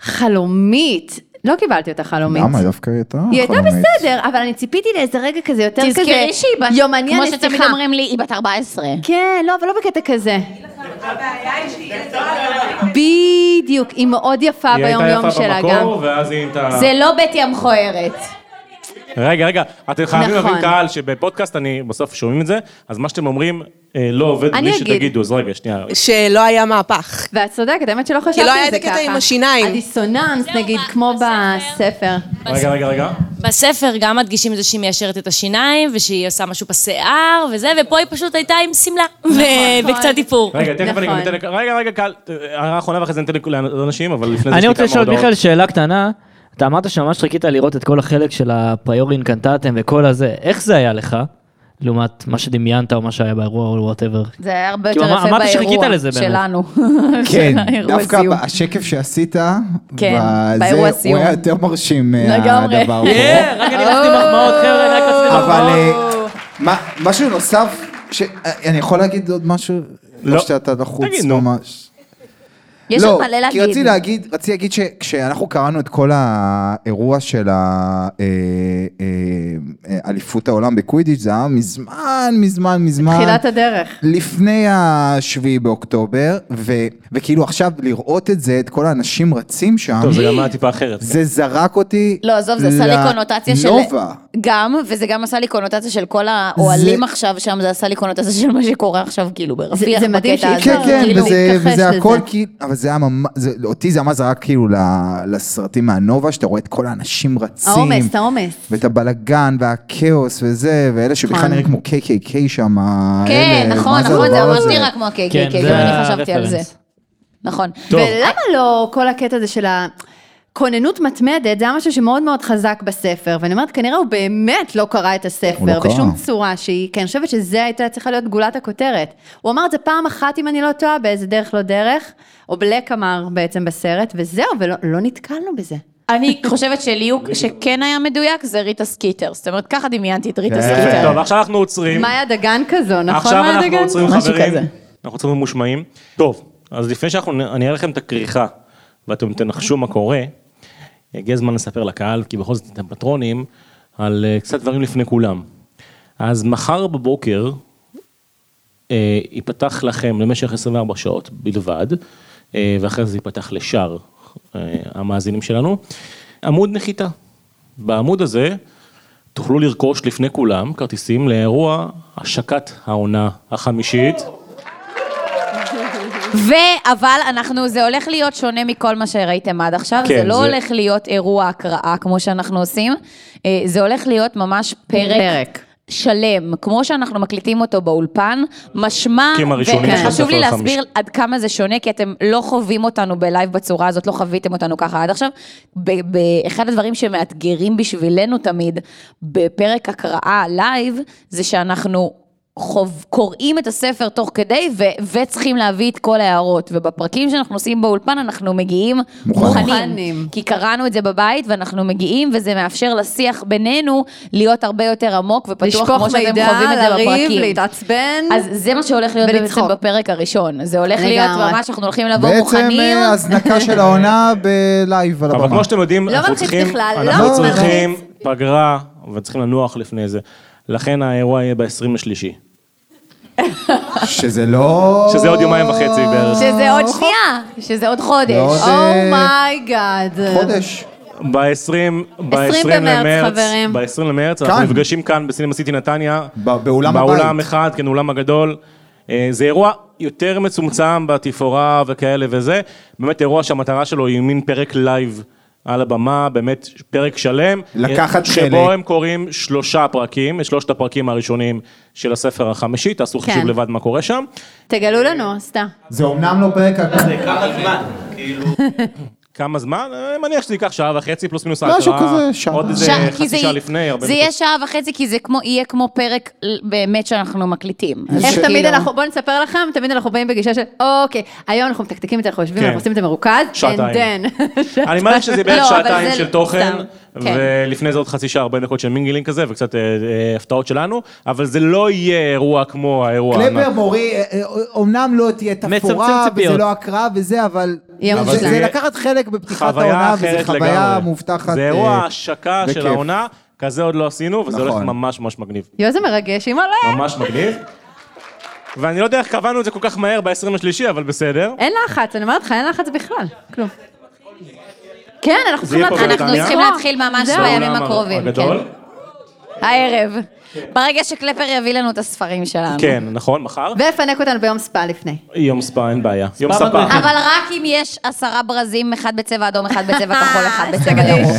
D: חלומית. לא קיבלתי אותה חלומית.
G: למה? דווקא היא הייתה
D: היא הייתה
G: חלומית.
D: בסדר, אבל אני ציפיתי לאיזה רגע כזה יותר כזה,
F: תזכרי שהיא בת,
D: יומני
F: כמו
D: הנסיכה.
F: שתמיד אומרים לי, היא בת 14.
G: אה.
D: כן, לא, אבל לא בקטע כזה. בדיוק, היא מאוד יפה
A: היא
D: ביום
A: הייתה
D: יום
A: יפה
D: שלה גם.
A: במקור, ואז היא נהייתה...
F: זה לא בת ים מכוערת.
A: רגע, רגע, אתם חייבים
D: נכון.
A: להבין קהל שבפודקאסט אני בסוף שומעים את זה, אז מה שאתם אומרים אה, לא עובד
D: אני
A: בלי
D: אגיד.
A: שתגידו, אז רגע, שנייה.
I: שלא היה מהפך.
D: ואת צודקת, האמת שלא
F: לא
D: חשבתי על זה ככה.
I: היה את הקטע עם השיניים.
D: הדיסוננס,
E: זהו,
D: נגיד,
E: ב-
D: כמו
E: בספר.
D: בספר.
A: רגע, רגע, רגע.
I: בספר גם מדגישים את זה שהיא מיישרת את השיניים, ושהיא עושה משהו בשיער וזה, ופה היא פשוט הייתה עם שמלה,
E: נכון,
I: ו- וקצת איפור.
A: רגע, תכף אני גם
D: נכון.
A: אתן... לכ- רגע, רגע, קל. הערה אחרונה ואחרי זה ניתן לכ- לאנשים, אבל לפני זה יש
C: אני
A: לי
C: רוצה
A: כמה
C: לשאול את
A: הודעות.
C: מיכאל שאלה קטנה. אתה אמרת שממש חיכית לראות את כל החלק של הפריורי אינקנטטם וכל הזה. איך זה היה לך? לעומת מה שדמיינת או מה שהיה באירוע או וואטאבר.
F: זה היה הרבה
C: כאילו,
F: יותר
C: אמר-
F: יפה
C: אמרת שחיכית
F: באירוע
C: לזה באמת.
F: שלנו.
G: כן,
F: של האירוע
G: דווקא
F: סיום.
G: השקף שעשית,
F: כן,
G: בזה,
F: באירוע
G: הוא
F: סיום.
G: היה יותר מרשים
F: לגמרי.
G: מהדבר פה.
C: רק אני הלכתי מחמאות, חבר'ה, רק רציתי
G: אבל אה, מה- משהו נוסף, ש- אה, אני יכול להגיד עוד משהו?
A: לא.
G: לא. שאתה לחוץ
A: תגיד, נו.
G: ממש.
F: יש עוד מלא
G: לא, כי רציתי
F: להגיד.
G: להגיד, רציתי להגיד שכשאנחנו קראנו את כל האירוע של אה, האליפות אה, העולם בקווידיץ', זה היה מזמן, מזמן, מזמן.
D: תחילת הדרך.
G: לפני השביעי באוקטובר, ו, וכאילו עכשיו לראות את זה, את כל האנשים רצים שם,
A: טוב, זה גם היה טיפה אחרת.
G: זה זרק אותי
F: לא, עזוב, זה עשה לי
G: לנובה. כן,
F: קונוטציה של... גם, וזה גם עשה לי קונוטציה של כל האוהלים עכשיו שם, זה עשה לי קונוטציה של מה שקורה עכשיו, כאילו, ברפיח
D: זה מדהים
F: בקטע הזה.
D: שאי
G: כן,
D: אפשר,
G: כן,
D: כאילו,
G: וזה,
D: להתכחש
G: וזה
D: לזה.
G: הכל כאילו, אבל זה היה ממש, זה- אותי זה ממש זרק כאילו ל- לסרטים מהנובה, שאתה רואה את כל האנשים רצים.
D: העומס, העומס.
G: ואת הבלגן והכאוס וזה, ואלה שבכלל
D: נכון.
G: נראים כמו KKK שם,
F: כן,
G: אלה,
F: נכון,
G: אה, מה
F: נכון, זה
G: הדבר
F: ממש
G: הזה?
F: נראה כמו הקקק,
C: כן,
F: גם
C: זה
F: אני חשבתי על זה.
C: הרפרנס.
F: נכון.
A: טוב.
D: ולמה לא כל הקטע הזה של ה... כוננות מתמדת זה היה משהו שמאוד מאוד חזק בספר, ואני אומרת, כנראה הוא באמת לא קרא את הספר,
G: הוא לא קרא.
D: בשום צורה שהיא, כי אני חושבת שזה הייתה צריכה להיות גולת הכותרת. הוא אמר את זה פעם אחת, אם אני לא טועה, באיזה דרך לא דרך, או בלק אמר בעצם בסרט, וזהו, ולא לא נתקלנו בזה.
F: אני חושבת שליהוק שכן היה מדויקק זה ריטה סקיטר, זאת אומרת, ככה דמיינתי את ריטה
G: כן.
A: יפה,
F: סקיטר.
A: טוב, עכשיו אנחנו עוצרים.
D: מאיה דגן כזו, נכון
A: עכשיו
D: מאיה
A: אנחנו
D: דגן?
A: עוצרים
F: משהו
A: חברים.
F: כזה.
A: אנחנו עוצרים ממושמעים. טוב, אז לפני שאנחנו, נ- אני אראה לכם את הכריכה, ואתם תנחשו מה קורה, הגיע הזמן לספר לקהל, כי בכל זאת אתם פטרונים, על אה, קצת דברים לפני כולם. אז מחר בבוקר, אה, ייפתח לכם למשך 24 שעות בלבד, אה, ואחרי זה ייפתח לשאר אה, המאזינים שלנו, עמוד נחיתה. בעמוד הזה תוכלו לרכוש לפני כולם כרטיסים לאירוע השקת העונה החמישית.
F: ואבל אנחנו, זה הולך להיות שונה מכל מה שראיתם עד עכשיו,
A: כן,
F: זה לא
A: זה-
F: הולך להיות אירוע הקראה כמו שאנחנו עושים, אה, זה הולך להיות ממש פרק.
D: פרק.
F: שלם, כמו שאנחנו מקליטים אותו באולפן, משמע,
A: הפרקים הראשונים של
F: וחשוב לי
A: הספר
F: להסביר
A: החמישי.
F: עד כמה זה שונה, כי אתם לא חווים אותנו בלייב בצורה הזאת, לא חוויתם אותנו ככה עד עכשיו. ב- באחד הדברים שמאתגרים בשבילנו תמיד, בפרק הקראה לייב, זה שאנחנו חוב, קוראים את הספר תוך כדי, ו- וצריכים להביא את כל ההערות. ובפרקים שאנחנו עושים באולפן, אנחנו מגיעים
G: מוכנים.
F: מוכנים. כי קראנו את זה בבית, ואנחנו מגיעים, וזה מאפשר לשיח בינינו להיות הרבה יותר עמוק ופתוח,
D: לשפוך
F: כמו שאתם
D: מידע,
F: חווים את זה
D: לריב,
F: בפרקים.
D: להתעצבן.
F: אז זה מה שהולך להיות בעצם
D: ולצחוק.
F: בפרק הראשון. זה הולך להיות
D: לגמרי.
F: ממש, אנחנו הולכים לבוא
G: בעצם
F: מוכנים.
G: אה, הזנקה של העונה בלייב על
A: אבל
G: הבמה.
A: כמו שאתם יודעים,
D: לא
A: אנחנו
D: מלחיץ
A: צריכים,
D: בכלל, לא
A: אנחנו
G: מלחיץ.
A: צריכים פגרה, וצריכים לנוח לפני זה. לכן האירוע יהיה ב-23.
G: שזה לא...
A: שזה עוד יומיים וחצי בערך.
F: שזה עוד שנייה, שזה עוד
G: לא,
F: חודש.
G: זה-
D: Oh אומייגאד.
G: חודש.
A: ב-20
D: במרץ,
A: למרץ,
D: חברים.
A: ב-20 למרץ, אנחנו
G: כאן.
A: נפגשים כאן בסינמה סיטי נתניה.
G: ב- באולם
A: באולם
G: הבית.
A: אחד, כן, אולם הגדול. אה, זה אירוע יותר מצומצם בתפאורה וכאלה וזה. באמת אירוע שהמטרה שלו היא מין פרק לייב על הבמה, באמת פרק שלם.
G: לקחת
A: שבו שבו
G: חלק.
A: הם קוראים שלושה פרקים, את שלושת הפרקים הראשונים של הספר החמישי, תעשו חישוב
D: כן.
A: לבד מה קורה שם.
D: תגלו לנו, סתם.
G: זה אומנם לא פרק הקראה.
A: כמה זמן? אה, אני מניח שזה ייקח שעה וחצי פלוס מינוס ההקראה.
G: משהו כזה, שעה.
A: עוד איזה
F: שעה- כי
A: חצי שעה לפני, הרבה
F: זה
A: דקות.
F: יהיה שעה וחצי, כי זה כמו, יהיה כמו פרק ל- באמת שאנחנו מקליטים. אז
D: איך
F: כאילו-
D: תמיד אנחנו, בואו נספר לכם, תמיד אנחנו באים בגישה של, אוקיי, היום אנחנו מתקתקים את זה, אנחנו יושבים,
A: כן.
D: אנחנו עושים את זה מרוכז,
A: שעתיים.
D: and then.
A: אני מעריך שזה בערך
F: לא, אבל
A: שעתיים
F: זה
A: של תוכן,
F: סתם, כן.
A: ולפני זה עוד חצי שעה, 40 דקות של מינגלינג כזה, וקצת אה, אה, הפתעות שלנו, אבל זה לא יהיה אירוע כמו האירוע הענק.
G: קלבר מורי, אה, אה, אומנם לא תהיה תפאורה,
C: מצמצם ציפיות.
G: וזה לא הקראה וזה, אבל...
D: יהיה
G: אבל
D: מושלם.
G: זה לקחת חלק בפתיחת
A: חוויה
G: העונה, וזו
A: אחרת
G: חוויה
A: לגמרי.
G: מובטחת.
A: זה
G: אה,
A: אירוע השקה של
G: בכיף.
A: העונה, כזה עוד לא עשינו, וזה הולך
G: נכון.
A: ממש ממש מגניב.
D: יואו, זה מרגש, אימא'לה.
A: ממש מגניב. ואני לא יודע איך קבענו את זה כל כך מהר ב-23, אבל בסדר.
D: אין לחץ, אני אומרת לך, אין לחץ בכלל, כלום. כן, אנחנו
A: זה יהיה פה
D: להתחיל.
F: אנחנו
A: בנתניה?
F: צריכים להתחיל ממש
D: זהו.
F: בימים
A: באולם
F: לא הקרובים. כן.
A: הגדול.
F: הערב. ברגע שקלפר יביא לנו את הספרים שלנו.
A: כן, נכון, מחר.
D: ויפנק אותנו ביום ספא לפני.
A: יום ספא, אין בעיה. יום ספא.
C: מדריכים.
F: אה, אבל רק אם יש עשרה ברזים, אחד בצבע אדום, אחד בצבע כחול, אחד בצבע ירוק.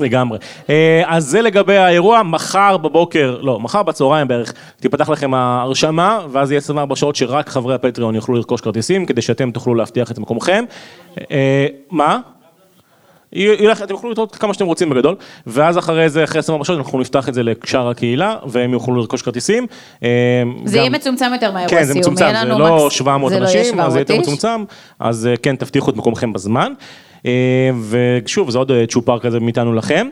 A: לגמרי. אה, אז זה לגבי האירוע, מחר בבוקר, לא, מחר בצהריים בערך, תיפתח לכם ההרשמה, ואז יהיה 24 שעות שרק חברי הפטריון יוכלו לרכוש כרטיסים, כדי שאתם תוכלו להבטיח את מקומכם. אה, מה? ילך, אתם יכולו לטעות כמה שאתם רוצים בגדול, ואז אחרי זה, אחרי 24 שעות, אנחנו נפתח את זה לשאר הקהילה, והם יוכלו לרכוש כרטיסים. אה,
F: זה
A: גם-
F: יהיה מצומצם יותר מהאירוע
A: כן,
F: סיום.
A: זה מצומצם,
F: יהיה
A: זה
F: לנו
A: לא
F: מקס-
A: 700
F: זה לא יהיה
A: אנשים, אז זה יותר
F: 700 איש.
A: מצומצם, אז אה, כן, תבטיחו את מקומכם בזמן. אה, ושוב, זה עוד אה, צ'ופר כזה מאיתנו לכם.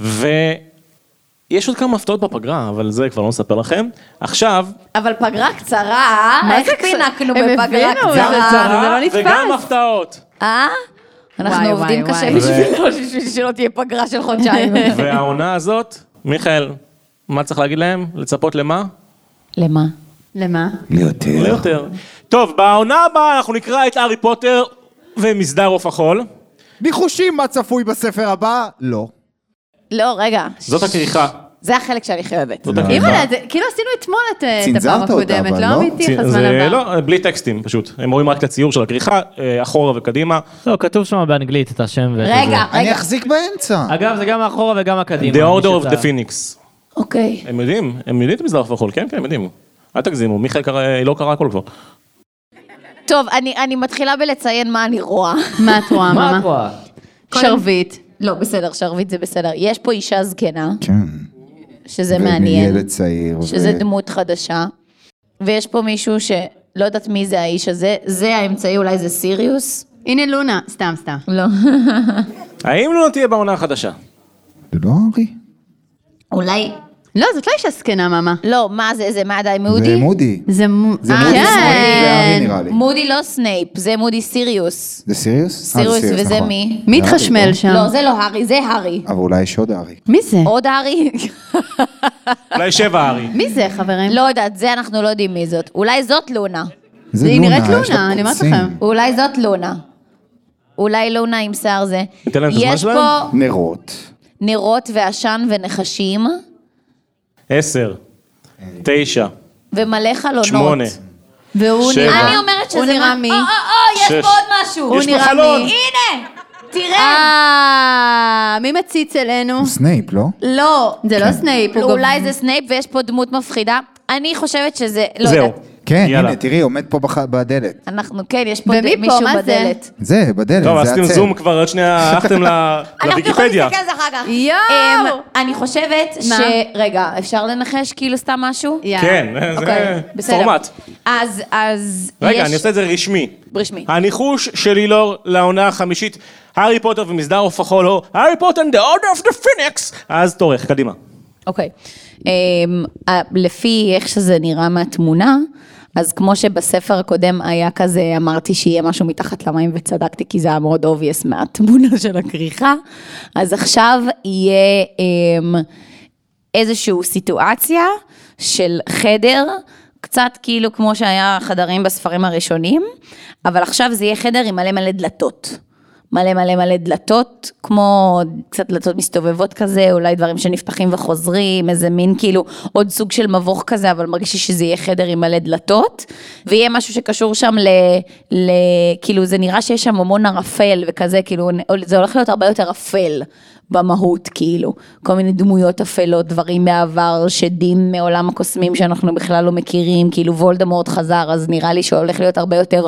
A: ויש עוד כמה הפתעות בפגרה, אבל זה כבר לא נספר לכם. עכשיו,
F: אבל פגרה קצרה,
D: מה
F: איך
D: זה קצר?
F: פינקנו
D: הם
F: בפגרה
D: הבינו, זה
F: קצרה?
D: קצרה. זה לא נתפס.
A: וגם הפתעות.
F: אה? אנחנו
D: וואי,
F: עובדים
D: וואי,
F: קשה
D: וואי.
F: בשבילו, לא, בשביל שלא תהיה פגרה של חודשיים.
A: והעונה הזאת, מיכאל, מה צריך להגיד להם? לצפות למה?
F: למה?
D: למה?
A: לא
G: ליותר.
A: יותר. טוב, בעונה הבאה אנחנו נקרא את הארי פוטר ומסדר עוף החול.
G: ניחושים מה צפוי בספר הבא? לא.
F: לא, רגע.
A: זאת הכריכה.
F: זה החלק שאני חייבת.
A: זאת הכריכה.
D: אימא'לה, זה- כאילו עשינו אתמול את את
G: צנזרת
D: הפעם
G: אותה,
D: הקודמת,
G: אבל
D: לא
G: לא?
D: אמיתי,
A: צי-
D: הזמן
A: זה
D: הבא.
A: לא, בלי טקסטים פשוט. הם רואים רק את הציור של הכריכה, אה, אחורה וקדימה.
C: לא, כתוב שם באנגלית את השם ואת
F: רגע,
C: הזה.
G: אני
F: רגע.
G: אחזיק באמצע.
C: אגב, זה גם אחורה וגם
A: The
C: הקדימה.
A: Order
C: מי
A: of
C: שאתה-
A: the Phoenix.
F: אוקיי.
A: הם יודעים, הם יודעים את המסדר עוף החול, כן, כן, הם יודעים. אל תגזימו, מיכאל קרא, לא קרא הכל כבר.
F: טוב, אני אני מתחילה בלציין מה אני רואה.
D: מה את רואה,
C: מה
D: מה?
C: את רואה?
D: שרביט.
F: לא, בסדר, שרביט זה בסדר. יש פה אישה זקנה,
G: כן.
F: שזה מעניין.
G: ילד צעיר.
F: שזה
G: ו-
F: דמות חדשה, ויש פה מישהו שלא יודעת מי זה האיש הזה, זה האמצעי, אולי זה סיריוס?
D: הנה לונה, סתם, סתם.
F: לא.
A: האם לא תהיה בעונה החדשה?
G: זה לא ארי.
F: אולי,
D: לא, זאת לא אישה זקנה, מאמה.
F: לא, מה זה, זה מה עדיין
G: זה
F: מודי?
G: מודי.
D: זה מו...
G: זה
D: אה,
G: מודי
D: כן.
G: סנייפ וארי נראה לי.
F: מודי לא סנייפ, זה מודי סיריוס.
G: זה סיריוס? אה, זה
F: סיריוס וזה
G: נכון. אה.
F: מי?
D: מי
G: נראה לי
D: התחשמל שם?
F: לא, זה לא הארי, זה הארי.
G: אבל אולי יש עוד ארי.
D: מי זה?
F: עוד הארי?
A: אולי שבע הארי.
D: מי זה, חברים?
F: לא יודעת, זה אנחנו לא יודעים מי זאת. אולי זאת לונה.
G: זה
D: היא נראית
G: יש לה
D: לונה, אני אומרת
G: קוצים.
D: לכם.
F: אולי זאת לונה. אולי לונה עם שיער זה.
A: ניתן להם את הזמן שלהם?
F: יש פה
G: נרות.
F: נרות ועשן ונחשים,
A: עשר, תשע,
F: ומלא חלונות.
A: שמונה.
D: והוא
A: שבע.
D: נראה...
F: אני אומרת שזה...
D: הוא נראה
F: מה-
D: מי?
F: או, או, או, יש
A: שש.
F: פה עוד משהו.
A: יש פה חלון.
F: הנה, תראה.
D: אה, מי מציץ אלינו?
G: סנייפ, לא?
F: לא.
D: זה לא סנייפ, הוא
F: אולי
D: גם...
F: זה סנייפ ויש פה דמות מפחידה. אני חושבת שזה... לא
A: זהו.
F: יודעת.
G: כן,
A: יאללה.
G: הנה, תראי, עומד פה בח- בדלת.
F: אנחנו, כן, יש פה
D: ומי
F: ד-
D: פה?
F: מישהו
D: מה זה?
F: בדלת.
G: זה, בדלת,
A: טוב,
G: זה
A: עשיתם
G: הצל.
A: זום כבר, עוד שנייה הלכתם ל-
F: אנחנו יכולים
A: לוויקיפדיה.
F: להסתכל על זה אחר כך.
D: יואו!
F: אמ, אני חושבת ש...
D: מה?
F: רגע, אפשר לנחש כאילו סתם משהו?
D: יאללה.
A: כן,
F: אוקיי,
A: זה
F: בסדר.
A: פורמט.
F: אז, אז...
A: רגע,
F: יש-
A: אני עושה את זה רשמי.
F: רשמי.
A: הניחוש של אילור לעונה החמישית, הארי פוטר ומסדר עוף החול, או הארי פוטר and the order of the phoenix, אז תורך, קדימה.
F: אוקיי. אמ, אה, לפי איך שזה נראה מהתמונה, אז כמו שבספר הקודם היה כזה, אמרתי שיהיה משהו מתחת למים וצדקתי, כי זה היה מאוד obvious מהתמונה של הכריכה, אז עכשיו יהיה אמ, איזושהי סיטואציה של חדר, קצת כאילו כמו שהיה חדרים בספרים הראשונים, אבל עכשיו זה יהיה חדר עם מלא מלא דלתות. מלא מלא מלא דלתות, כמו קצת דלתות מסתובבות כזה, אולי דברים שנפתחים וחוזרים, איזה מין כאילו עוד סוג של מבוך כזה, אבל מרגיש לי שזה יהיה חדר עם מלא דלתות, ויהיה משהו שקשור שם ל... ל כאילו זה נראה שיש שם המון ערפל וכזה, כאילו זה הולך להיות הרבה יותר אפל במהות, כאילו. כל מיני דמויות אפלות, דברים מהעבר, שדים מעולם הקוסמים שאנחנו בכלל לא מכירים, כאילו וולדמורט חזר, אז נראה לי שהולך להיות הרבה יותר...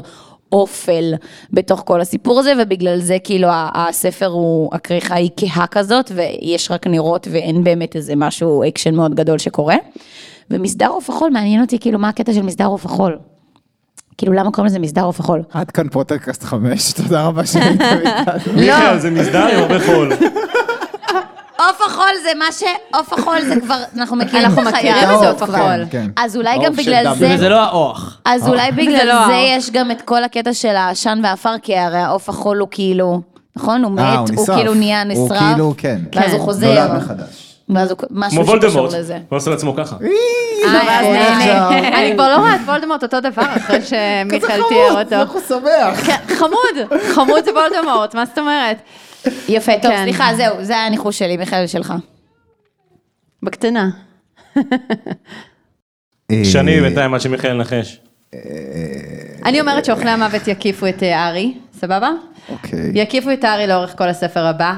F: אופל בתוך כל הסיפור הזה, ובגלל זה כאילו ה- הספר הוא, הכריכה היא כהה כזאת, ויש רק נרות ואין באמת איזה משהו, אקשן מאוד גדול שקורה. ומסדר עוף החול, מעניין אותי כאילו מה הקטע של מסדר עוף החול. כאילו למה קוראים לזה מסדר עוף החול?
G: עד כאן פרוטרקאסט 5, תודה רבה שהייתם איתנו.
A: מיכאל, זה מסדר עם הרבה חול.
F: עוף החול זה מה ש... עוף החול זה כבר, אנחנו מכירים
D: אנחנו
F: את החיה
D: מכירים את
F: הזאת.
D: זה עוף
G: כן,
D: החול.
G: כן.
F: אז אולי
G: העוף
F: גם
G: של
F: בגלל
G: דוד.
F: זה...
C: וזה לא האוח.
F: אז אולי
D: לא
F: בגלל זה
D: האור.
F: יש גם את כל הקטע של העשן והעפר, כי הרי העוף החול הוא כאילו, נכון? הוא
G: אה,
F: מת, הוא
G: נשרף.
F: כאילו נהיה נשרף.
G: הוא כאילו, כן.
F: ואז הוא
D: כן.
F: חוזר.
G: נולד מחדש.
F: ואז הוא, משהו
A: כמו
F: שקשור
A: וולדמורט.
F: לזה.
A: הוא עושה לעצמו ככה.
D: אה,
G: נכון,
F: ואז
D: אה,
F: נהנה.
D: אה, אני כבר לא רואה את וולדמורט אותו דבר אחרי שמיכאל תיאר
G: נכון.
D: אותו.
G: שמח.
D: כן, חמוד, חמוד זה וולדמורט, מה זאת אומרת?
F: יפה, טוב,
D: כן.
F: סליחה, זהו, זה היה הניחוש שלי, מיכאל שלך.
D: בקטנה.
G: אה,
A: שני בינתיים עד שמיכאל ינחש.
D: אני אומרת שאוכלי המוות יקיפו את אה, ארי, סבבה?
G: אוקיי.
D: יקיפו את הארי לאורך כל הספר הבא.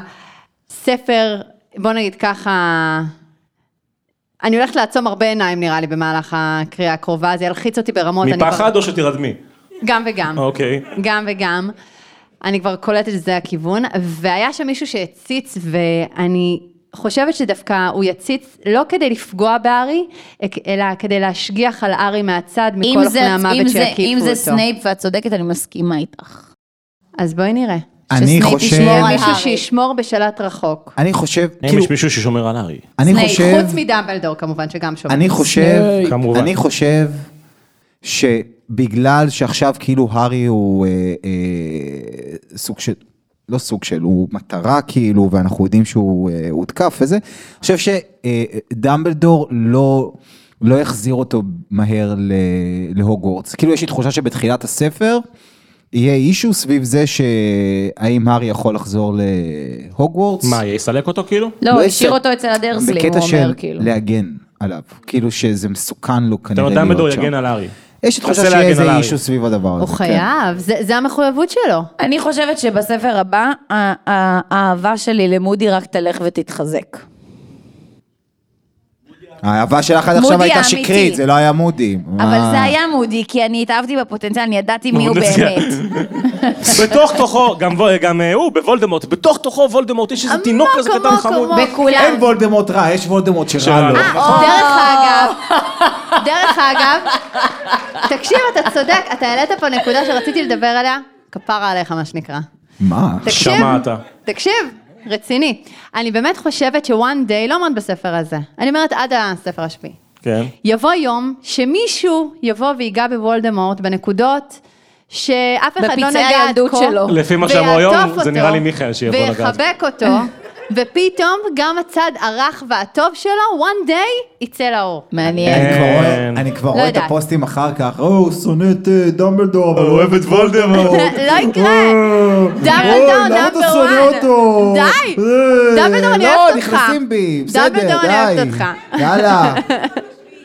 D: ספר, בוא נגיד ככה, אני הולכת לעצום הרבה עיניים נראה לי במהלך הקריאה הקרובה, זה ילחיץ אותי ברמות. אני כבר-
A: מפחד או שתירדמי?
D: גם וגם.
A: אוקיי.
D: גם וגם. אני כבר קולטת שזה הכיוון, והיה שם מישהו שהציץ, ואני חושבת שדווקא הוא יציץ לא כדי לפגוע בארי, אלא כדי להשגיח על ארי מהצד מכל אופני המוות
F: אם
D: שיקיפו
F: זה
D: אותו.
F: סנייפ ואת צודקת, אני מסכימה איתך.
D: אז בואי נראה.
G: אני
F: שסנייפ ישמור
G: חושב,
F: על-
D: מישהו
F: הארי.
D: שישמור בשלט רחוק.
G: אני חושב,
A: אם
G: כאילו,
A: יש מישהו ששומר על ארי.
G: אני
F: סנייפ,
G: חושב,
D: חוץ מדמבלדור כמובן, שגם שומע.
G: אני חושב,
A: כמובן.
G: אני חושב שבגלל שעכשיו כאילו הארי הוא אה, אה, סוג של, לא סוג של, הוא מטרה כאילו, ואנחנו יודעים שהוא אה, הותקף וזה, אני חושב שדמבלדור לא... לא יחזיר אותו מהר ל- להוגוורטס. כאילו יש לי תחושה שבתחילת הספר יהיה אישו סביב זה שהאם הארי יכול לחזור להוגוורטס.
A: מה, יסלק אותו כאילו?
F: לא, הוא השאיר
G: יצא-
F: אותו אצל הדרסלים, הוא
G: בקטע
F: אומר,
G: של
F: כאילו.
G: להגן עליו, כאילו שזה מסוכן לו
A: אתה
G: כנראה
A: יודע,
G: להיות שם.
A: דמבלדור יגן על ארי.
G: יש לי תחושה
A: תנסה
G: שיהיה
A: להגן על
G: איזה
A: הארי.
G: אישו סביב הדבר הזה.
D: הוא חייב, זה זה המחויבות שלו.
F: אני חושבת שבספר הבא, ה- ה- האהבה שלי למודי רק תלך ותתחזק.
G: כן. האהבה שלך עד עכשיו
F: מודי
G: הייתה
F: האמיתי.
G: שקרית, זה לא היה מודי.
F: אבל
G: מה?
F: זה היה מודי, כי אני התאהבתי בפוטנציאל, אני ידעתי מי הוא
A: מודי זה-
F: באמת.
A: בתוך תוכו, גם ו- גם אה, הוא, בוולדמורט, בתוך תוכו וולדמורט, יש איזה תינוק כזה קטן
D: עמוק,
A: חמוד.
D: עמוק.
F: בכולם.
G: אין וולדמורט רע, יש וולדמורט
A: שרע
G: שרע
A: לו.
G: לו.
F: אה, אוקיי.
D: דרך אגב, דרך אגב, תקשיב, אתה צודק, אתה העלית פה נקודה שרציתי לדבר עליה, כפרה עליך, מה שנקרא.
G: מה?
D: תקשיב,
A: שמעת.
D: תקשיב, רציני. אני באמת חושבת ש-one day, לא אומרת בספר הזה, אני אומרת עד הספר השביעי.
A: כן.
D: יבוא יום שמישהו יבוא ויגע בוולדמורט בנקודות שאף אחד לא
F: בפצעי
D: נגע עד
F: הילדות
D: כה.
F: שלו.
A: לפי מה שאמרו היום,
D: ויעטוף
A: זה
D: אותו,
A: נראה לי מיכאל שיבוא לגעת.
D: ויחבק אותו, ופתאום גם הצד הרך והטוב שלו, one day, יצא לאור.
F: מעניין.
G: אני כבר רואה-
A: אין.
G: אני כבר
D: לא
G: רואה את
D: יודעת.
G: הפוסטים אחר כך, או, הוא שונא את אה, דמבלדור, אבל הוא אוהב את
D: לא
G: וולדמורט.
A: אה,
D: יקרה.
G: אוי,
D: דמבלדור
G: אה, למה אתה
D: נאמבר
G: שונא
D: וואן.
G: אותו?
D: די.
G: אה,
D: דמבלדור, אני אוהבת
G: לא,
D: אותך.
G: נכנסים בי, בסדר, די.
D: דמבלדור, אני אוהבת אותך.
G: יאללה.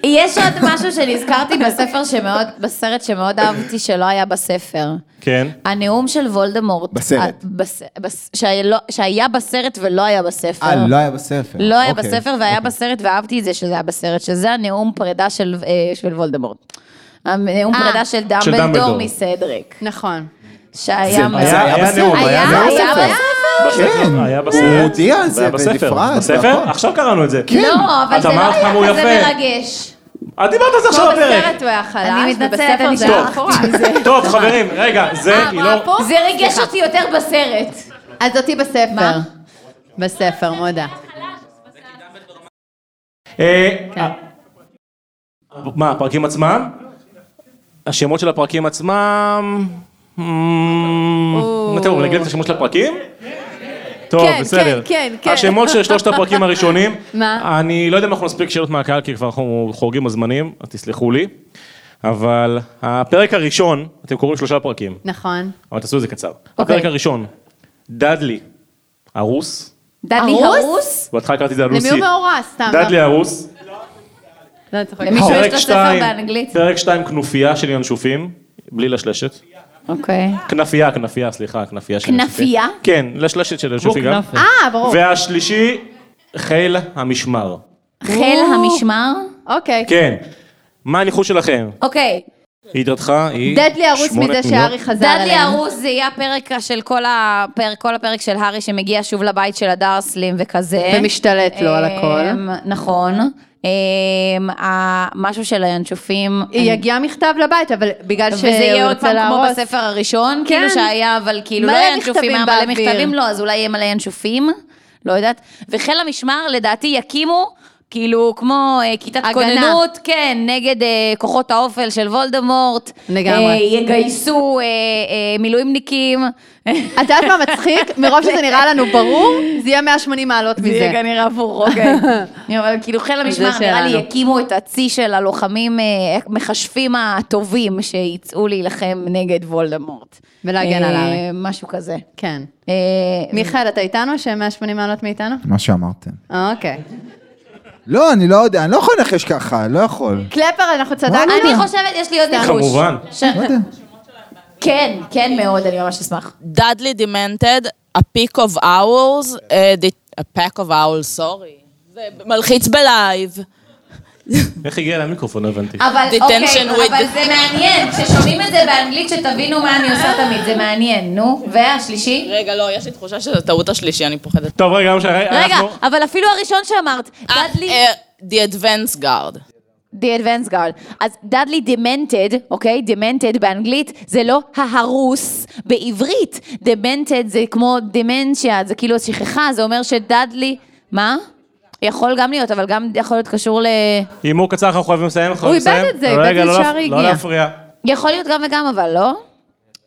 F: יש עוד משהו שנזכרתי בספר שמאוד, בסרט שמאוד אהבתי שלא היה בספר.
A: כן.
F: הנאום של וולדמורט.
G: בסרט.
F: ה- בס- בס- שלא- שהיה בסרט ולא היה בספר.
G: אה, לא היה בספר.
F: לא היה
G: אוקיי.
F: בספר והיה בסרט, ואהבתי את זה שזה היה בסרט, שזה הנאום פרידה של אה, של וולדמורט. הנאום
D: אה.
F: פרידה של
A: דמבלדור.
F: דמבלדור מסדריק.
D: נכון.
F: שהיה מאוד...
A: היה- היה נאום, היה
D: נאום
F: היה
D: בספר.
F: בספר.
G: כן.
A: היה בסרט.
G: הוא הודיע על
A: היה
G: זה
A: בספר.
G: בנפרד.
A: בספר?
G: נכון.
A: עכשיו קראנו את זה.
F: לא, אבל
A: את
F: זה לא
A: אמרת כמה הוא
F: היה כזה
A: יפה.
F: מרגש. לא,
A: את דיברת על זה
D: פה
A: עכשיו בפרק.
D: בסרט הוא היה חלש,
F: אני מתנצלת,
D: ובספר
F: אני
D: זה היה
A: טוב.
D: מפורש.
A: טוב, חברים, רגע,
F: אה,
A: זה, היא
D: מה
A: לא...
D: פה?
F: זה ריגש אותי יותר בסרט.
D: אז אותי בספר. בספר, מודה.
A: אה,
D: כן.
A: אה, מה, הפרקים עצמם? השמות של הפרקים עצמם...
D: אה,
A: אמ, אתם רוצים להגיד את השמות של הפרקים? טוב,
D: כן,
A: בסדר.
D: כן, כן, כן.
A: השמות של שלושת הפרקים הראשונים.
D: מה?
A: אני לא יודע אם אנחנו נספיק שאלות מהקהל, כי כבר אנחנו חורגים בזמנים, אז תסלחו לי. אבל הפרק הראשון, אתם קוראים שלושה פרקים.
D: נכון.
A: אבל תעשו את זה קצר.
D: אוקיי.
A: הפרק הראשון, דאדלי, הרוס,
F: דדלי
D: הרוס?
F: הרוס?
A: בהתחלה קראתי את זה על
D: למי
A: לוסי.
D: הוא מאורס? סתם.
A: דאדלי הרוס,
D: לא, אני צוחקת.
F: למישהו יש
A: פרק
F: לו ספר
A: שתיים,
F: באנגלית?
A: פרק שתיים, כנופיה של ינשופים, בלי לשלשת.
F: אוקיי.
A: כנפייה, כנפייה, סליחה, כנפייה של ינשופים.
F: כנפייה?
A: כן, לשלשת של ינשופים גם.
C: כנף.
D: אה, ברור.
A: והשלישי, חיל המשמר.
F: חיל המשמר?
D: אוקיי.
A: כן. מה הניחוש שלכם?
F: אוקיי.
A: היא התרתחה, היא...
D: דדלי הרוס
A: שמונה
D: מזה
A: מיליון.
D: שהארי חזר אליהם.
F: דאדלי הרוס זה יהיה הפרק של כל הפרק, כל הפרק של הארי שמגיע שוב לבית של הדרסלים וכזה.
D: ומשתלט לו על הכל.
F: אמ, נכון. אמ, ה- משהו של הינשופים.
D: היא יגיע מכתב לבית, אבל בגלל שהוא
F: אה. וזה יהיה עוד
D: רוצה
F: פעם כמו
D: להרוס. כן.
F: בספר הראשון, כאילו שהיה, אבל כאילו לא
D: מלא
F: היה ינשופים, היה
D: מכתבים
F: מלא
D: באוויר.
F: מכתבים, לא, אז אולי יהיה מלא ינשופים, לא יודעת. וחיל המשמר, לדעתי, יקימו, כאילו, כמו אה, כיתת
D: הגנה.
F: כוננות, כן, נגד אה, כוחות האופל של וולדמורט.
D: לגמרי.
F: אה, יגייסו אה, אה, מילואימניקים.
D: את יודעת מה מצחיק? מרוב שזה נראה לנו ברור, זה יהיה 180 מעלות
F: זה
D: מזה.
F: יהיה כנראה עבור רוגן. כן. אבל כאילו חיל המשמר, נראה לי
D: שלנו.
F: יקימו את הצי של הלוחמים, אה, מכשפים הטובים שיצאו להילחם נגד וולדמורט.
D: ולהגן
F: אה,
D: על הארי.
F: משהו כזה.
D: כן.
F: אה,
D: מיכאל, אתה איתנו? שהם 180 מעלות מאיתנו?
G: מה שאמרתם.
D: אוקיי.
G: לא, אני לא יודע, אני לא יכול לנחש ככה, לא יכול.
D: קלפר, אנחנו צדקנו.
F: אני חושבת, יש לי עוד ניחוש.
A: כמובן.
F: ש- כן, כן מאוד, אני ממש אשמח.
J: Dudley demented a peak of hours uh, the a pack of owls, sorry. זה מלחיץ בלייב.
A: איך הגיע למיקרופון? לא הבנתי.
D: אה.
F: אבל
J: Detention
F: אוקיי,
J: with
F: אבל זה מעניין, כששומעים את זה באנגלית, שתבינו מה אני עושה תמיד, זה מעניין, נו. והשלישי?
J: רגע, לא, יש לי תחושה שזו טעות השלישי, אני פוחדת.
A: טוב, רגע, לא משנה,
F: רגע,
A: אנחנו...
F: אבל אפילו הראשון שאמרת, דאדלי...
J: אה, The Advance Guard.
F: The Advance Guard. אז דאדלי demented, אוקיי? demented באנגלית זה לא ההרוס בעברית. demented זה כמו דמנציה, זה כאילו שכחה, זה אומר שדאדלי... מה? יכול גם להיות, אבל גם יכול להיות קשור ל...
A: הימור קצר, אנחנו חייבים לסיים. אנחנו
D: הוא
A: חייבים לסיים.
D: איבד את זה, איבד
A: רגע,
D: את
A: לא
D: שער
A: להפ- לא
D: הגיע.
A: להפריע.
F: יכול להיות גם וגם, אבל לא?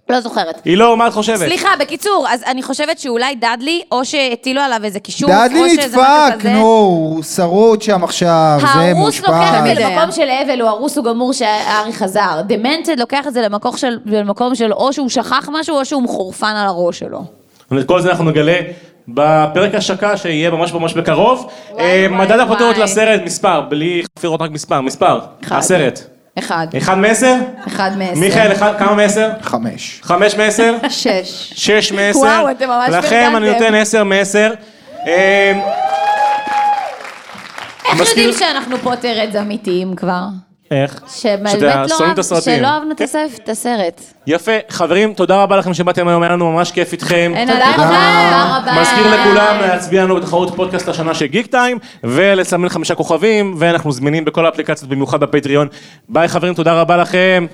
F: לא זוכרת.
A: הילור, מה את חושבת?
F: סליחה, בקיצור, אז אני חושבת שאולי דאדלי, או שהטילו עליו איזה קישור, או
G: דאדלי
F: שזה משהו
G: נדפק,
F: כזה.
G: נו, הוא שרוד שם עכשיו, זה
F: הרוס לוקח
G: מושפע.
F: את זה
D: יודע.
F: למקום של אבל, הוא הרוס הוא גמור שהארי חזר. דמנטד לוקח את זה למקום של, למקום של או שהוא שכח משהו או שהוא מחורפן על הראש שלו.
A: אבל את כל זה אנחנו נגלה בפרק השקה שיהיה ממש ממש בקרוב. אה,
F: וואי,
A: מדד הכותרות
F: וואי.
A: לסרט, מספר, בלי חפירות, רק מספר, מספר.
F: אחד.
A: הסרט.
F: אחד.
A: אחד מעשר?
F: אחד מעשר.
A: מיכאל, אחד- כמה מעשר?
G: חמש.
A: חמש מעשר?
D: שש.
A: שש מעשר.
F: וואו, אתם ממש
A: לכם
F: פרגנתם.
A: אני נותן עשר מעשר. אה,
F: איך
A: מזכיר-
F: יודעים שאנחנו פוטרדס אמיתיים כבר?
A: איך?
F: שבאמת
A: שאתה
F: לא
A: שונאים את
F: אהב-
A: הסרטים.
F: שלא אהבנו את
A: כן.
F: הסרט- את הסרט.
A: יפה. חברים, תודה רבה לכם שבאתם היום, היה לנו ממש כיף איתכם.
F: תודה רבה. תודה רבה.
A: מזכיר לכולם להצביע לנו בתחרות פודקאסט השנה של גיק טיים, ולסמן חמישה כוכבים, ואנחנו זמינים בכל האפליקציות, במיוחד בפטריון. ביי חברים, תודה רבה לכם.